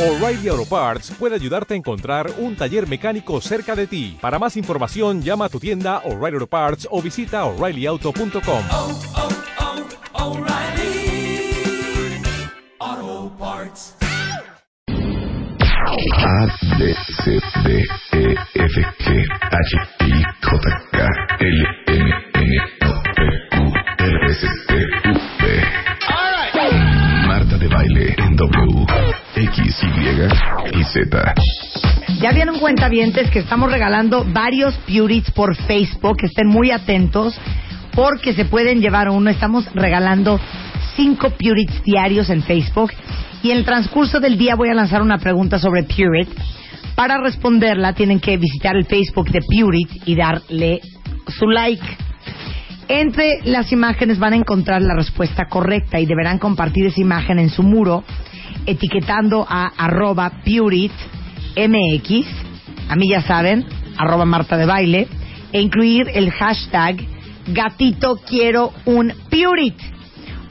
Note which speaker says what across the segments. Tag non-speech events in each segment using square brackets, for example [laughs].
Speaker 1: O'Reilly Auto Parts puede ayudarte a encontrar un taller mecánico cerca de ti. Para más información, llama a tu tienda O'Reilly Auto Parts o visita oreillyauto.com.
Speaker 2: oh, oh, oh, O'Reilly. Auto Parts.
Speaker 3: A, B, C, D, E, F, G, H, I, J, K, L, M, N, O, P, Q, R, S, T, U, V. Marta de baile en W, X, Y y Z.
Speaker 4: Ya vieron cuentavientes que estamos regalando varios Purits por Facebook. Estén muy atentos porque se pueden llevar uno. Estamos regalando cinco Purits diarios en Facebook. Y en el transcurso del día voy a lanzar una pregunta sobre Purit. Para responderla tienen que visitar el Facebook de Purit y darle su like. Entre las imágenes van a encontrar la respuesta correcta y deberán compartir esa imagen en su muro etiquetando a arroba puritmx, a mí ya saben, arroba Marta de Baile, e incluir el hashtag gatito quiero un purit.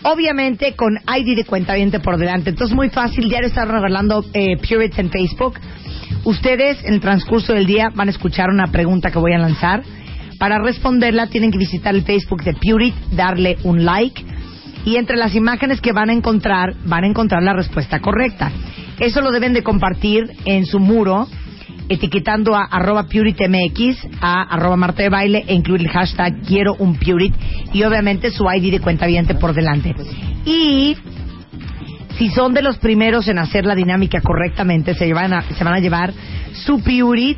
Speaker 4: Obviamente con ID de cuenta por delante. Entonces muy fácil, diario estar revelando eh, purits en Facebook. Ustedes en el transcurso del día van a escuchar una pregunta que voy a lanzar. Para responderla tienen que visitar el Facebook de Purit, darle un like y entre las imágenes que van a encontrar van a encontrar la respuesta correcta. Eso lo deben de compartir en su muro etiquetando a arroba PuritMX, a arroba Marta de Baile e incluir el hashtag quiero un Purit y obviamente su ID de cuenta viente por delante. Y si son de los primeros en hacer la dinámica correctamente, se, llevan a- se van a llevar su Purit.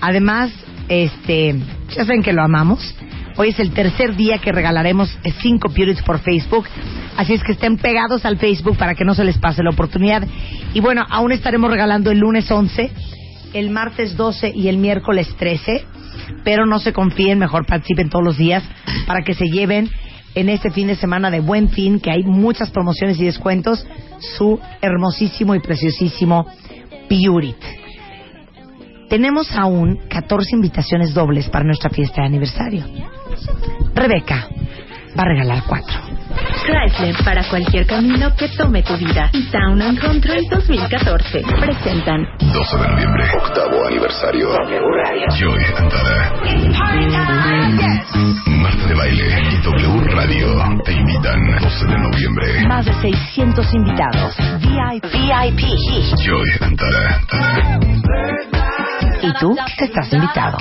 Speaker 4: Además, este, ya saben que lo amamos. Hoy es el tercer día que regalaremos eh, cinco Purits por Facebook. Así es que estén pegados al Facebook para que no se les pase la oportunidad. Y bueno, aún estaremos regalando el lunes 11, el martes 12 y el miércoles 13. Pero no se confíen, mejor participen todos los días para que se lleven en este fin de semana de Buen Fin, que hay muchas promociones y descuentos, su hermosísimo y preciosísimo Purit. Tenemos aún 14 invitaciones dobles para nuestra fiesta de aniversario. Rebeca va a regalar cuatro.
Speaker 5: Chrysler para cualquier camino que tome tu vida y Sound and Control 2014 presentan
Speaker 3: 12 de noviembre, octavo aniversario. Joy Antara. Marta de Baile y W Radio te invitan 12 de noviembre.
Speaker 4: Más de 600 invitados. VIP.
Speaker 3: Joy Antara.
Speaker 4: Y tú te estás invitado.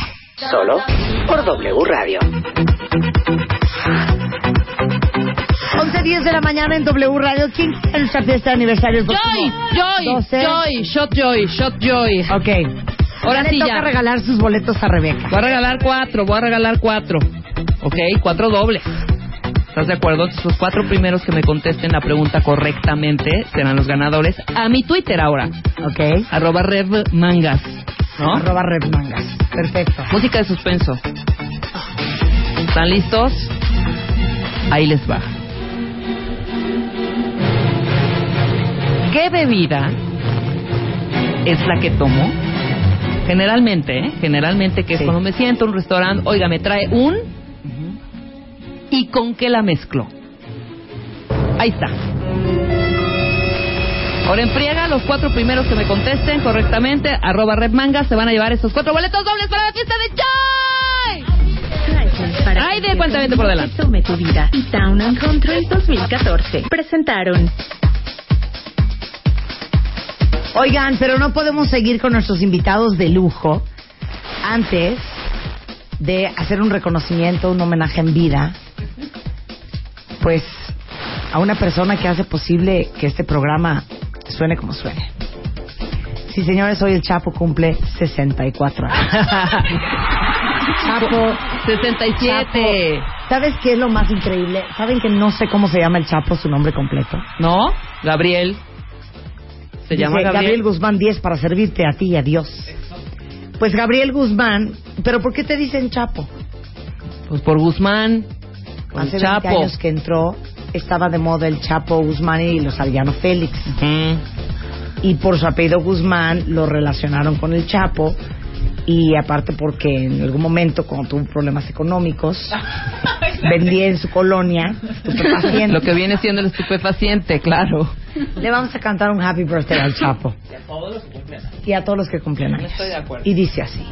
Speaker 4: Solo por W Radio. 11.10 de la mañana en W Radio. ¿Quién quiere nuestra fiesta de aniversario? el
Speaker 6: Joy,
Speaker 4: próximo
Speaker 6: Joy,
Speaker 4: 12?
Speaker 6: Joy, Shot Joy, Shot Joy.
Speaker 4: Ok.
Speaker 6: Ahora
Speaker 4: le
Speaker 6: sí
Speaker 4: toca
Speaker 6: ya.
Speaker 4: regalar sus boletos a Rebeca.
Speaker 6: Voy a regalar cuatro, voy a regalar cuatro. Ok, cuatro dobles. ¿Estás de acuerdo? Entonces, Los cuatro primeros que me contesten la pregunta correctamente serán los ganadores a mi Twitter ahora.
Speaker 4: Ok.
Speaker 6: Arroba Rev Mangas. ¿No?
Speaker 4: Arroba Red Mangas. Perfecto.
Speaker 6: Música de suspenso. ¿Están listos? Ahí les va. ¿Qué bebida es la que tomo? Generalmente, ¿eh? generalmente que es
Speaker 4: Sí.
Speaker 6: cuando me siento en un restaurante, oiga, me trae un y con qué la mezclo. Ahí está. Ahora enfriega los cuatro primeros que me contesten correctamente, arroba Red Manga, se van a llevar esos cuatro boletos dobles para la fiesta de Joy.
Speaker 5: Chrysler para
Speaker 6: Ay, de
Speaker 5: cualquier
Speaker 6: cuenta, vente por
Speaker 5: camino
Speaker 6: delante.
Speaker 5: que tome tu vida y Sound and Control 2014 presentaron
Speaker 4: Oigan, pero no podemos seguir con nuestros invitados de lujo antes de hacer un reconocimiento, un homenaje en vida, pues a una persona que hace posible que este programa suene como suene. Sí, señores, hoy el Chapo cumple 64 años. Chapo,
Speaker 6: 67.
Speaker 4: Chapo, ¿Sabes qué es lo más increíble? ¿Saben que no sé cómo se llama el Chapo, su nombre completo?
Speaker 6: ¿No? Gabriel. Se
Speaker 4: Dice,
Speaker 6: llama Gabriel.
Speaker 4: Guzmán 10 para servirte a ti y a Dios. Pues Gabriel Guzmán, pero ¿por qué te dicen Chapo?
Speaker 6: Pues por Guzmán. Por
Speaker 4: Hace 20
Speaker 6: Chapo.
Speaker 4: años que entró, estaba de moda el Chapo Guzmán y los aldeanos Félix.
Speaker 6: Mm.
Speaker 4: Y por su apellido Guzmán lo relacionaron con el Chapo. y aparte porque en algún momento cuando tuvo problemas
Speaker 6: [laughs]
Speaker 4: económicos vendía en su colonia estupefacientes.
Speaker 6: Lo que viene siendo el estupefaciente, claro.
Speaker 4: Le vamos a cantar un happy birthday al Chapo y a todos los que cumplen años.
Speaker 6: Estoy de acuerdo.
Speaker 4: Y dice así.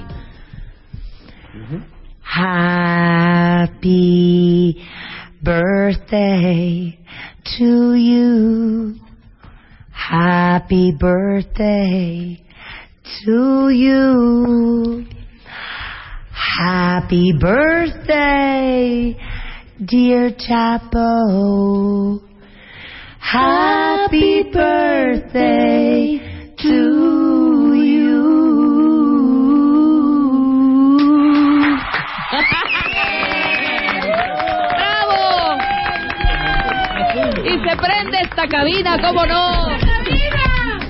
Speaker 4: Happy birthday to you. Happy birthday to you. Happy birthday, dear Chapo. Happy birthday to you.
Speaker 6: ¡Bravo! Y se prende esta cabina, ¿cómo no?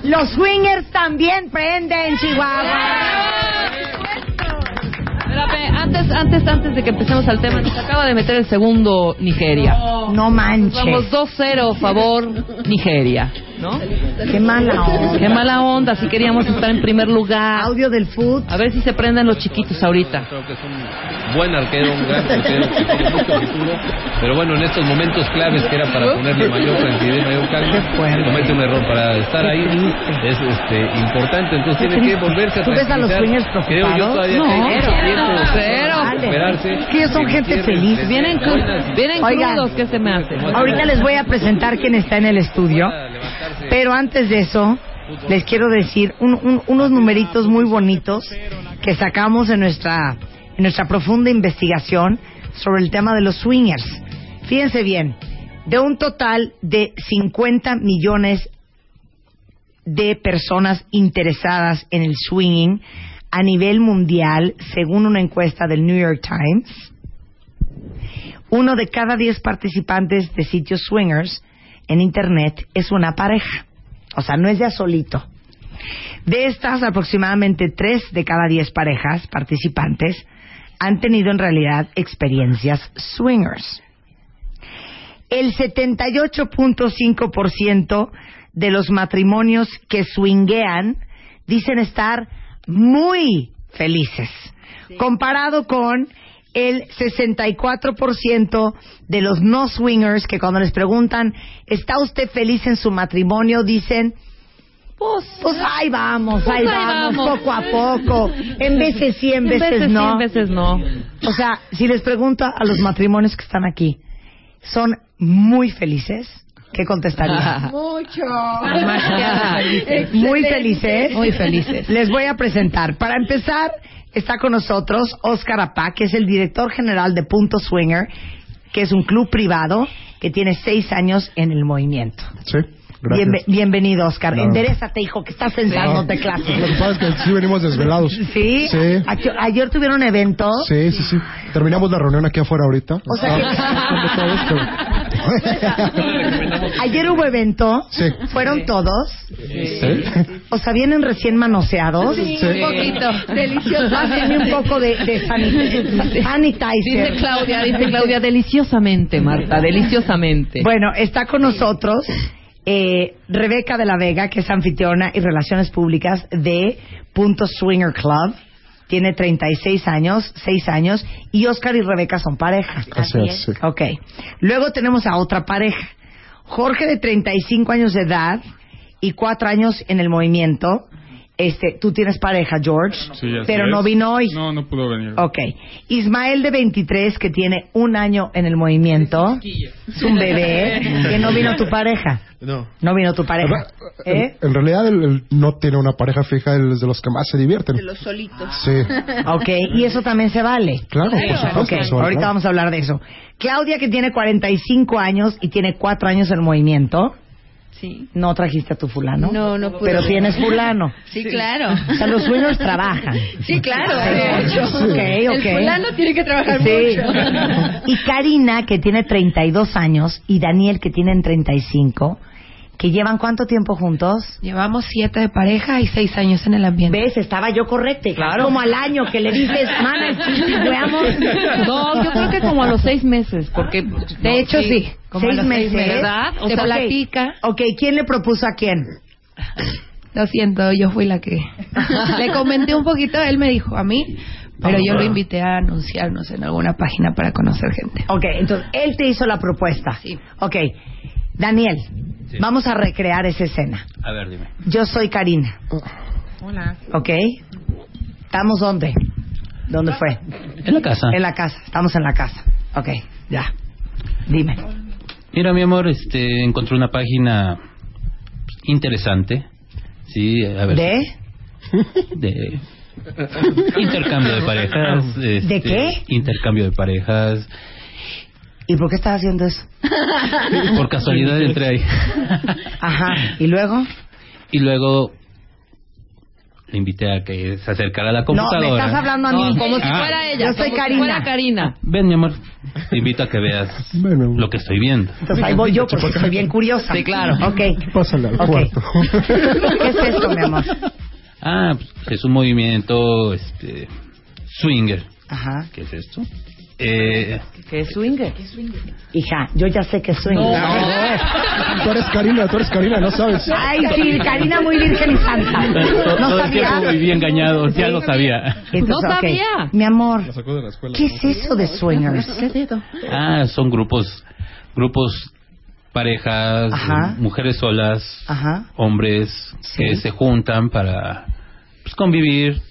Speaker 4: Los swingers también prenden, Chihuahua.
Speaker 6: Espérame, antes, antes, antes de que empecemos al tema, nos acaba de meter el segundo Nigeria.
Speaker 4: No
Speaker 6: Vamos
Speaker 4: manches.
Speaker 6: 2-0 favor Nigeria, ¿no?
Speaker 4: Qué mala onda.
Speaker 6: Qué mala onda, si queríamos estar en primer lugar.
Speaker 4: Audio del food.
Speaker 6: A ver si se prenden los chiquitos ahorita.
Speaker 7: Creo que es un buen arquero, un gran arquero, que tiene mucho futuro. Pero bueno, en estos momentos claves que era para ponerle mayor tranquilidad y mayor
Speaker 4: [laughs]
Speaker 7: calma, se comete un error para estar ahí. Es este, importante, entonces tiene que volverse a
Speaker 4: ¿Tú ves a los
Speaker 7: tranquilizar.
Speaker 4: swingers
Speaker 7: Creo yo
Speaker 4: preocupados?
Speaker 7: todavía
Speaker 6: No,
Speaker 7: que hay mucho
Speaker 6: cero,
Speaker 7: tiempo
Speaker 6: cero.
Speaker 7: para recuperarse.
Speaker 4: Es que ellos son
Speaker 7: Que
Speaker 4: gente
Speaker 7: entierren
Speaker 4: feliz.
Speaker 7: desde
Speaker 6: Vienen,
Speaker 7: hoy las-
Speaker 6: cru- vienen
Speaker 4: Oigan.
Speaker 6: crudos, ¿qué se me hace?
Speaker 4: Ahorita les voy a presentar quién está en el estudio.
Speaker 7: para levantarse.
Speaker 4: Pero antes de eso, les quiero decir un- un- unos numeritos muy bonitos que sacamos en nuestra, en nuestra profunda investigación sobre el tema de los swingers. Fíjense bien, de un total de 50 millones de personas interesadas en el swinging a nivel mundial, según una encuesta del New York Times, uno de cada 10 participantes de sitios swingers en Internet es una pareja. O sea, no es ya solito. De estas, aproximadamente 3 de cada 10 parejas participantes han tenido en realidad experiencias swingers. El 78.5% de los matrimonios que swinguean dicen estar muy felices, comparado con el 64% de los no swingers que cuando les preguntan, ¿está usted feliz en su matrimonio? dicen, pues, ahí vamos,
Speaker 6: Pues
Speaker 4: ahí,
Speaker 6: ahí
Speaker 4: vamos,
Speaker 6: vamos".
Speaker 4: poco a poco, en veces sí, en veces, no.
Speaker 6: sí, en veces no.
Speaker 4: O sea, si les pregunto a los matrimonios que están aquí, ¿son muy felices? ¿Qué
Speaker 6: [laughs]
Speaker 4: contestarían? muy felices.
Speaker 6: Muy felices.
Speaker 4: Les voy a presentar. Para empezar, está con nosotros Óscar Apá, que es el director general de Punto Swinger, que es un club privado que tiene seis años en el movimiento.
Speaker 8: Sí, gracias.
Speaker 4: Bienve- bienvenido, Óscar.
Speaker 8: Claro.
Speaker 4: Enderezate, hijo, que estás sentándote
Speaker 8: Lo que
Speaker 4: clases.
Speaker 8: pasa es que sí venimos desvelados.
Speaker 4: [laughs] ¿Sí?
Speaker 8: Sí.
Speaker 4: Ayer- Ayer tuvieron evento.
Speaker 8: Sí, sí, sí. Terminamos la reunión aquí afuera ahorita. Ah.
Speaker 4: O sea que-
Speaker 8: Estamos todos, pero-
Speaker 4: Ayer hubo evento.
Speaker 8: Sí.
Speaker 4: Fueron todos.
Speaker 8: ¿Sí?
Speaker 4: O sea, vienen recién manoseados.
Speaker 8: Sí.
Speaker 4: [laughs] Delicioso. Pásenme un poco de, de sanit- sanitizer.
Speaker 6: Dice Claudia, dice Claudia, deliciosamente, Marta, deliciosamente.
Speaker 4: Bueno, está con nosotros eh, Rebeca de la Vega, que es anfitriona y relaciones públicas de Punto Swinger Club. Tiene 36 años, 6 años, y Oscar y Rebeca son pareja.
Speaker 8: Así es, sí.
Speaker 4: Ok. Luego tenemos a otra pareja. Jorge de 35 años de edad y 4 años en el movimiento. Este, tú tienes pareja, George, pero no vino hoy.
Speaker 9: No, no pudo venir.
Speaker 4: Ok. Ismael de 23, que tiene un año en el movimiento. Es un bebé. Que no vino tu pareja.
Speaker 8: No.
Speaker 4: No vino tu pareja.
Speaker 8: En,
Speaker 4: ¿Eh?
Speaker 8: en realidad él, él no tiene una pareja fija, él es de los que más se divierten.
Speaker 10: los solitos.
Speaker 8: Sí.
Speaker 4: Ok. Y eso también se vale.
Speaker 8: Claro, por supuesto.
Speaker 4: Ok.
Speaker 8: eso,
Speaker 4: Ahorita
Speaker 8: claro.
Speaker 4: vamos a hablar de eso. Claudia, que tiene 45 años y tiene 4 años en el movimiento.
Speaker 10: Sí.
Speaker 4: No trajiste a tu fulano.
Speaker 10: No, no pude.
Speaker 4: Pero tienes fulano.
Speaker 10: Sí, claro.
Speaker 4: O sea, los sueños trabajan.
Speaker 10: Sí, claro.
Speaker 4: Ok, ok.
Speaker 10: El fulano tiene que trabajar
Speaker 4: Sí.
Speaker 10: mucho.
Speaker 4: Y Karina, que tiene 32 años, y Daniel, que tienen 35, que llevan cuánto tiempo juntos?
Speaker 10: Llevamos siete de pareja y seis años en el ambiente.
Speaker 4: ¿Ves? Estaba yo correcta. Claro. Como al año que le dices, mana,
Speaker 10: [laughs]
Speaker 4: chichihueamos.
Speaker 6: No, yo creo que como a los seis meses, porque
Speaker 10: De hecho, sí.
Speaker 6: como a
Speaker 4: seis
Speaker 6: los
Speaker 4: meses.
Speaker 6: ¿verdad? O
Speaker 10: Te
Speaker 6: sea,
Speaker 4: ok.
Speaker 10: platica.
Speaker 4: Ok, ¿quién le propuso a quién?
Speaker 10: Lo siento, yo fui la que. Le comenté un poquito, él me dijo a mí, pero yo lo invité a anunciarnos en alguna página para conocer gente.
Speaker 4: Ok, entonces él te hizo la propuesta.
Speaker 10: Sí.
Speaker 4: Ok, Daniel, vamos a recrear esa escena.
Speaker 7: A ver, dime.
Speaker 4: Yo soy Karina.
Speaker 6: Hola.
Speaker 4: ¿Ok? ¿Estamos dónde? ¿Dónde fue?
Speaker 7: En la casa.
Speaker 4: En la casa. Estamos en la casa. Ok, ya. Dime.
Speaker 7: Mira, mi amor, este, encontré una página interesante. Sí, a ver.
Speaker 4: ¿De?
Speaker 7: de intercambio de parejas.
Speaker 4: [laughs]
Speaker 6: [laughs]
Speaker 7: este,
Speaker 4: qué?
Speaker 7: Intercambio de parejas.
Speaker 4: ¿Y por qué estás haciendo eso?
Speaker 7: Por casualidad entré ahí.
Speaker 4: Ajá. ¿Y luego?
Speaker 7: Y luego le invité a que se acercara a la
Speaker 4: No,
Speaker 7: computadora.
Speaker 4: me estás hablando a mí.
Speaker 6: No, como si
Speaker 7: Ah.
Speaker 6: fuera ella.
Speaker 4: Yo soy
Speaker 6: como
Speaker 4: Karina.
Speaker 6: Si fuera Karina.
Speaker 7: Ven, mi amor. Te invito a que veas
Speaker 8: [laughs] Bueno,
Speaker 7: lo que estoy viendo.
Speaker 4: Entonces ahí voy yo porque soy bien curiosa.
Speaker 6: Sí, claro.
Speaker 4: Ok.
Speaker 8: pásale al
Speaker 4: Ok.
Speaker 8: cuarto.
Speaker 4: [laughs] ¿Qué es esto, mi amor?
Speaker 7: Ah, pues, es un movimiento este, swinger.
Speaker 4: Ajá.
Speaker 7: ¿Qué es esto?
Speaker 8: Ah,
Speaker 7: Eh,
Speaker 6: ¿Qué es swinger?
Speaker 4: Hija, yo ya sé que soy.
Speaker 8: tú eres Karina, tú eres Karina, no
Speaker 4: [laughs]
Speaker 8: sabes.
Speaker 4: Ay, sí, Karina muy virgen y santa.
Speaker 7: todo,
Speaker 4: No
Speaker 7: todo el
Speaker 4: sabía.
Speaker 7: tiempo viví engañado, ya lo sabía.
Speaker 4: Entonces,
Speaker 6: No
Speaker 4: ok.
Speaker 6: sabía.
Speaker 4: Mi amor,
Speaker 8: sacó de la escuela.
Speaker 4: ¿qué es eso de swingers?
Speaker 7: Ah, son grupos, grupos, parejas,
Speaker 4: Ajá.
Speaker 7: mujeres solas,
Speaker 4: Ajá.
Speaker 7: hombres que
Speaker 4: Sí.
Speaker 7: se juntan para pues, convivir,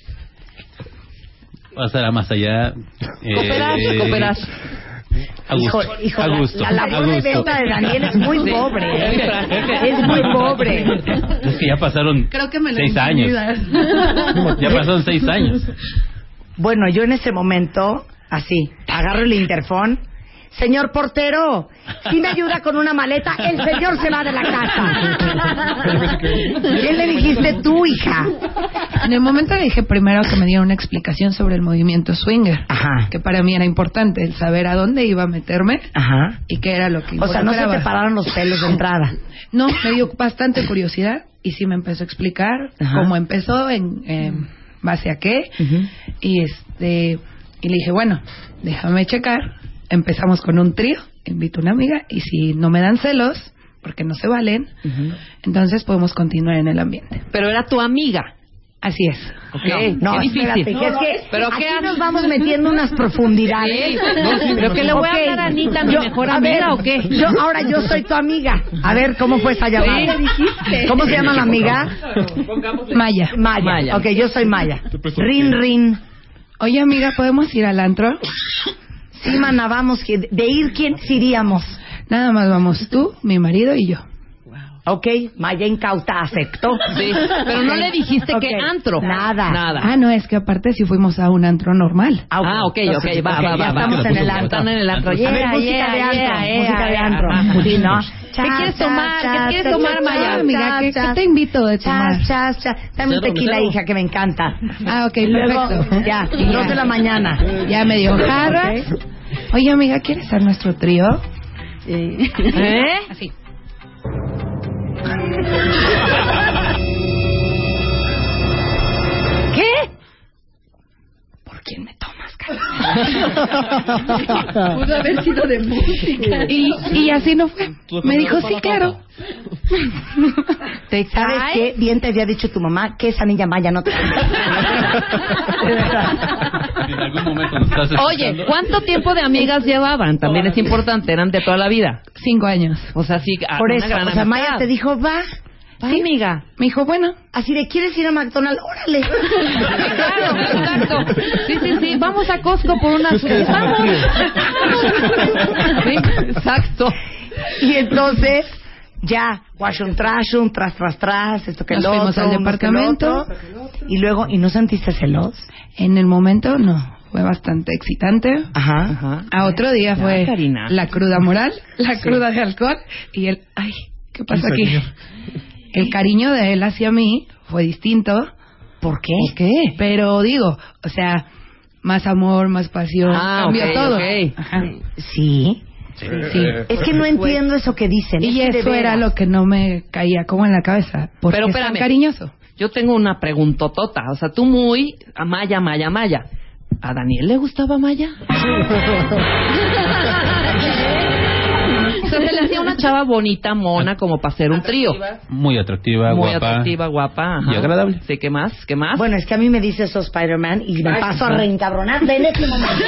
Speaker 7: pasar a más allá. eh,
Speaker 6: Cooperar, cooperar.
Speaker 7: A gusto,
Speaker 4: Hijo- hijo,
Speaker 7: a
Speaker 4: la-
Speaker 7: gusto,
Speaker 4: la
Speaker 7: a
Speaker 4: labor de
Speaker 7: gusto.
Speaker 4: venta de Daniel es muy
Speaker 6: Sí.
Speaker 4: pobre.
Speaker 6: Es
Speaker 4: ¿eh?
Speaker 6: que-
Speaker 4: Es muy pobre.
Speaker 7: Es que ya pasaron
Speaker 10: Creo que me lo
Speaker 7: seis años.
Speaker 4: [laughs] ¿eh?
Speaker 7: Ya pasaron seis años.
Speaker 4: Bueno, yo en ese momento, así, agarro el interfón. Señor portero, si me ayuda con una maleta, el señor se va de la casa.
Speaker 6: [laughs]
Speaker 4: ¿Quién le dijiste tú, hija?
Speaker 10: En el momento le dije primero que me diera una explicación sobre el movimiento swinger,
Speaker 4: Ajá.
Speaker 10: que para mí era importante el saber a dónde iba a meterme
Speaker 4: Ajá.
Speaker 10: y qué era lo que
Speaker 4: O sea, no se
Speaker 10: involucraba.
Speaker 4: te pararon los pelos de entrada.
Speaker 10: No, me dio bastante curiosidad y sí me empezó a explicar
Speaker 4: Ajá.
Speaker 10: cómo empezó, en eh, base a qué. Y este y le dije, bueno, déjame checar. Empezamos con un trío, invito a una amiga y si no me dan celos, porque no se valen, entonces podemos continuar en el ambiente.
Speaker 6: Pero era tu amiga.
Speaker 10: Así es.
Speaker 6: Ok.
Speaker 4: No,
Speaker 6: qué difícil.
Speaker 4: espérate, que es que
Speaker 6: Pero
Speaker 4: aquí
Speaker 6: qué ha-
Speaker 4: nos vamos metiendo unas profundidades.
Speaker 6: Sí, pues, no, sí, pero que le voy a
Speaker 4: Ok.
Speaker 6: hablar a Anita, mi mejor
Speaker 4: a ver,
Speaker 6: amiga, ¿o qué?
Speaker 4: Yo, ahora yo soy tu amiga. A ver, ¿cómo fue esa llamada?
Speaker 6: Sí, dijiste.
Speaker 4: ¿Cómo se llama la amiga?
Speaker 10: Maya.
Speaker 4: Maya.
Speaker 6: Maya.
Speaker 4: Ok, yo soy Maya. Rin, rin.
Speaker 10: Oye, amiga, ¿podemos ir al antro?
Speaker 4: Sí, mana, vamos. que De ir, ¿quién sí iríamos?
Speaker 10: Nada más vamos tú, mi marido y yo.
Speaker 4: Ok, Maya incauta aceptó.
Speaker 6: Sí, pero no le dijiste
Speaker 4: Ok.
Speaker 6: que antro.
Speaker 4: Nada.
Speaker 6: Nada.
Speaker 10: Ah, no, es que aparte sí fuimos a un antro normal.
Speaker 6: Ah, ok, ok,
Speaker 4: Entonces,
Speaker 6: va,
Speaker 4: ok,
Speaker 6: va, va,
Speaker 4: ya
Speaker 6: va.
Speaker 4: Estamos en el antro.
Speaker 6: Están en el
Speaker 4: A
Speaker 6: antro.
Speaker 4: ver,
Speaker 6: Yeah,
Speaker 4: música
Speaker 6: yeah,
Speaker 4: de antro,
Speaker 6: yeah, yeah,
Speaker 4: música de
Speaker 6: yeah.
Speaker 4: antro.
Speaker 6: Ajá.
Speaker 4: Sí, ¿no?
Speaker 6: ¿Qué quieres tomar? ¿Qué quieres tomar, Maya?
Speaker 10: Ah, amiga, ¿qué, qué te invito de tomar?
Speaker 4: Chas, chas, chas. Dame un tequila, hija, que me encanta.
Speaker 10: Ah, ok,
Speaker 4: Luego,
Speaker 10: perfecto.
Speaker 4: ya, dos de la mañana.
Speaker 10: Ya me dio jarras. Oye, amiga, ¿quieres ser nuestro trío?
Speaker 6: [laughs] ¿Eh?
Speaker 10: Así.
Speaker 4: ¿Qué?
Speaker 10: ¿Por quién me tomas,
Speaker 6: [laughs]
Speaker 10: Carmen? Pudo haber sido de música. Y, y así no fue. Me dijo, sí, claro.
Speaker 4: Te- ¿Sabes
Speaker 10: Ay.
Speaker 4: qué? Bien te había dicho tu mamá que esa niña Maya no te...
Speaker 6: Ah,
Speaker 4: De verdad.
Speaker 7: En algún momento nos estás
Speaker 6: Oye, ¿cuánto tiempo de amigas llevaban? También es importante, eran de toda la vida.
Speaker 10: Cinco años.
Speaker 6: O sea, sí, a-
Speaker 4: Por
Speaker 6: una
Speaker 4: eso,
Speaker 6: gran
Speaker 4: o sea, Maya
Speaker 6: amistad.
Speaker 4: te dijo, va,
Speaker 6: Sí, amiga.
Speaker 10: Me dijo, bueno,
Speaker 4: así de, ¿quieres ir a McDonald's? ¡Órale!
Speaker 6: Claro, exacto. [laughs] Sí, sí, sí, vamos a Costco por unas... Vamos. Sí, exacto.
Speaker 4: Y entonces, ya, wash un trash, un tras, tras, tras, esto que
Speaker 10: Nos
Speaker 4: lo otro,
Speaker 10: fuimos al
Speaker 4: uno que lo otro. Y luego, ¿y no sentiste celos?
Speaker 10: en el momento no. Fue bastante excitante.
Speaker 4: Ajá. Ajá.
Speaker 10: A otro día fue
Speaker 6: Karina.
Speaker 10: la cruda moral, la cruda de alcohol y el, ay, ¿qué pasó aquí? El cariño de él hacia mí fue distinto,
Speaker 4: ¿Por qué?
Speaker 10: pero digo, o sea, más amor, más pasión,
Speaker 6: Ah,
Speaker 10: cambió
Speaker 6: ok,
Speaker 10: todo.
Speaker 6: ok.
Speaker 10: Ajá.
Speaker 4: Sí.
Speaker 10: Sí. Eh,
Speaker 4: Es que no entiendo eso que dicen.
Speaker 10: Y
Speaker 4: es que de
Speaker 10: eso era
Speaker 4: veras.
Speaker 10: lo que no me caía como en la cabeza. Porque
Speaker 6: Pero
Speaker 10: es tan
Speaker 6: espérame.
Speaker 10: cariñoso.
Speaker 6: Yo tengo una preguntotota. O sea, tú muy... A Maya, Maya, Maya. ¿A Daniel le gustaba Maya? Se te le hacía una chava bonita, mona, como para hacer un trío.
Speaker 7: Muy atractiva,
Speaker 6: Muy
Speaker 7: guapa.
Speaker 6: atractiva, guapa. ajá.
Speaker 7: Y agradable.
Speaker 6: Sí, ¿qué más? ¿Qué más?
Speaker 4: Bueno, es que a mí me dice eso Spider-Man y me
Speaker 6: Ay,
Speaker 4: paso a
Speaker 6: ajá.
Speaker 4: reencabronar en ese momento.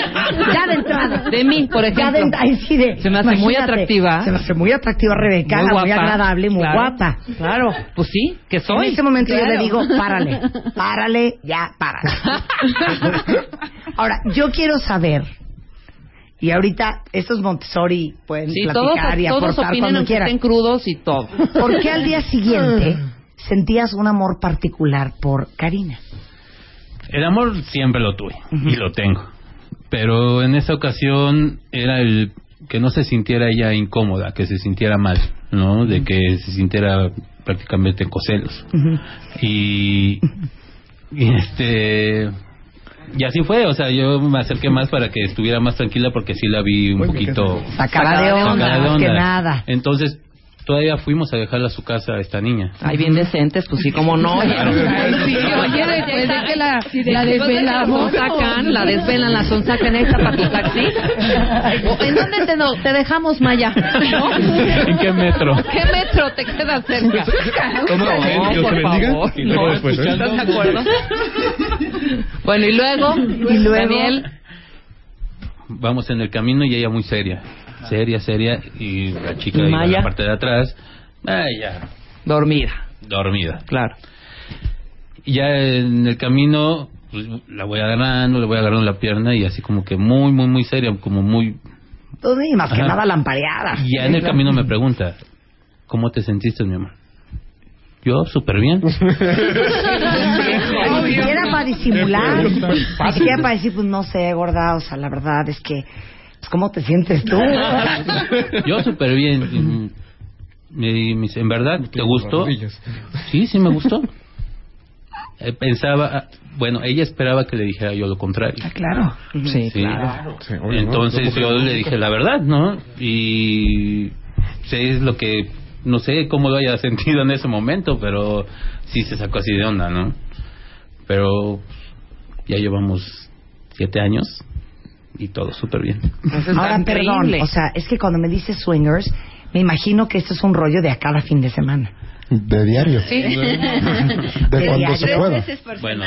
Speaker 4: Ya de entrada.
Speaker 6: De mí, por
Speaker 4: Ya de
Speaker 6: ejemplo.
Speaker 4: ent- ay, sí, de-
Speaker 6: Se me hace muy
Speaker 4: imagínate,
Speaker 6: atractiva.
Speaker 4: Se me hace muy atractiva Rebeca, muy, muy agradable, muy
Speaker 6: claro,
Speaker 4: guapa.
Speaker 6: Claro, pues sí, que soy.
Speaker 4: En ese momento yo le
Speaker 6: Claro.
Speaker 4: digo,
Speaker 6: [laughs]
Speaker 4: párale, párale, ya, párale. Ahora, yo quiero saber, y ahorita estos Montessori pueden
Speaker 6: Sí, todos,
Speaker 4: platicar y
Speaker 6: todos
Speaker 4: aportar
Speaker 6: opinan
Speaker 4: cuando
Speaker 6: aunque
Speaker 4: quieran.
Speaker 6: estén crudos y todo.
Speaker 4: ¿Por qué al día
Speaker 6: [laughs]
Speaker 4: siguiente sentías un amor particular por Karina?
Speaker 7: El amor siempre lo tuve y lo tengo. Pero en esa ocasión era el que no se sintiera ella incómoda, que se sintiera mal, ¿no? De que se sintiera prácticamente con celos. Y, y este. Y así fue, o sea, yo me acerqué más para que estuviera más tranquila porque sí la vi un
Speaker 8: Oye,
Speaker 7: poquito
Speaker 4: Sacada de
Speaker 7: sacada
Speaker 4: onda,
Speaker 7: de
Speaker 4: más que
Speaker 7: onda.
Speaker 4: nada.
Speaker 7: Entonces, todavía fuimos a dejarla a su casa a esta niña.
Speaker 6: Ay, bien decentes, pues sí, como no.
Speaker 10: Ay, sí, oye, después de que la, la desvelamos.
Speaker 6: sacan, la desvelan, la sonsacan esta para tu taxi. O, ¿En dónde te, no, te dejamos, Maya?
Speaker 7: [laughs]
Speaker 6: ¿No?
Speaker 7: ¿En qué metro?
Speaker 6: ¿Qué metro te queda cerca?
Speaker 8: ¿Cómo?
Speaker 6: No,
Speaker 8: Dios
Speaker 6: por
Speaker 8: te bendiga.
Speaker 6: favor,
Speaker 8: Y luego
Speaker 6: no,
Speaker 7: pues,
Speaker 8: después, ¿eh?
Speaker 6: ¿Estás de acuerdo? Bueno, y
Speaker 11: [laughs]
Speaker 6: luego,
Speaker 4: Y luego-
Speaker 6: Daniel,
Speaker 7: vamos en el camino y ella muy seria, seria, seria, y la chica iba en
Speaker 6: Maya.
Speaker 7: la parte de atrás, ella
Speaker 6: dormida,
Speaker 7: dormida.
Speaker 6: claro.
Speaker 7: Y ya en el camino pues, la voy agarrando, le voy agarrando la pierna y así como que muy, muy, muy seria, como muy...
Speaker 4: Entonces, y más que
Speaker 7: Ajá.
Speaker 4: nada lampareada.
Speaker 6: Ah,
Speaker 7: Y ya en el camino me pregunta, ¿cómo te sentiste, mi amor? Yo, súper
Speaker 6: [laughs]
Speaker 7: bien.
Speaker 4: Ay, Ni siquiera para disimular.
Speaker 8: Qué pregunta.
Speaker 4: Ni siquiera para decir, pues no sé, gorda, o sea, la verdad es que, pues, ¿cómo te sientes tú?
Speaker 7: Yo, súper bien. Y me- me dice, ¿en verdad te gustó?
Speaker 8: Rodillas.
Speaker 7: Sí, sí me
Speaker 12: [laughs]
Speaker 7: gustó. Eh, Pensaba, ah, bueno, ella esperaba que le dijera yo lo contrario.
Speaker 10: Ah, claro.
Speaker 7: Sí.
Speaker 6: Sí,
Speaker 8: Sí, obvio, ¿no?
Speaker 7: Entonces
Speaker 8: Yo
Speaker 7: yo
Speaker 8: porque-
Speaker 7: le dije la verdad, ¿no? Y sé es lo que no sé cómo lo haya [laughs] sentido en ese momento, pero sí se sacó así de onda, ¿no? Pero ya llevamos siete años y todo súper bien.
Speaker 6: Entonces,
Speaker 4: Ahora,
Speaker 6: está
Speaker 4: perdón,
Speaker 6: increíble.
Speaker 4: o sea, es que cuando me dices swingers, me imagino que esto es un rollo de a cada fin de semana.
Speaker 8: De diario.
Speaker 6: [laughs]
Speaker 8: De cuando se
Speaker 4: diario.
Speaker 8: pueda.
Speaker 7: Bueno,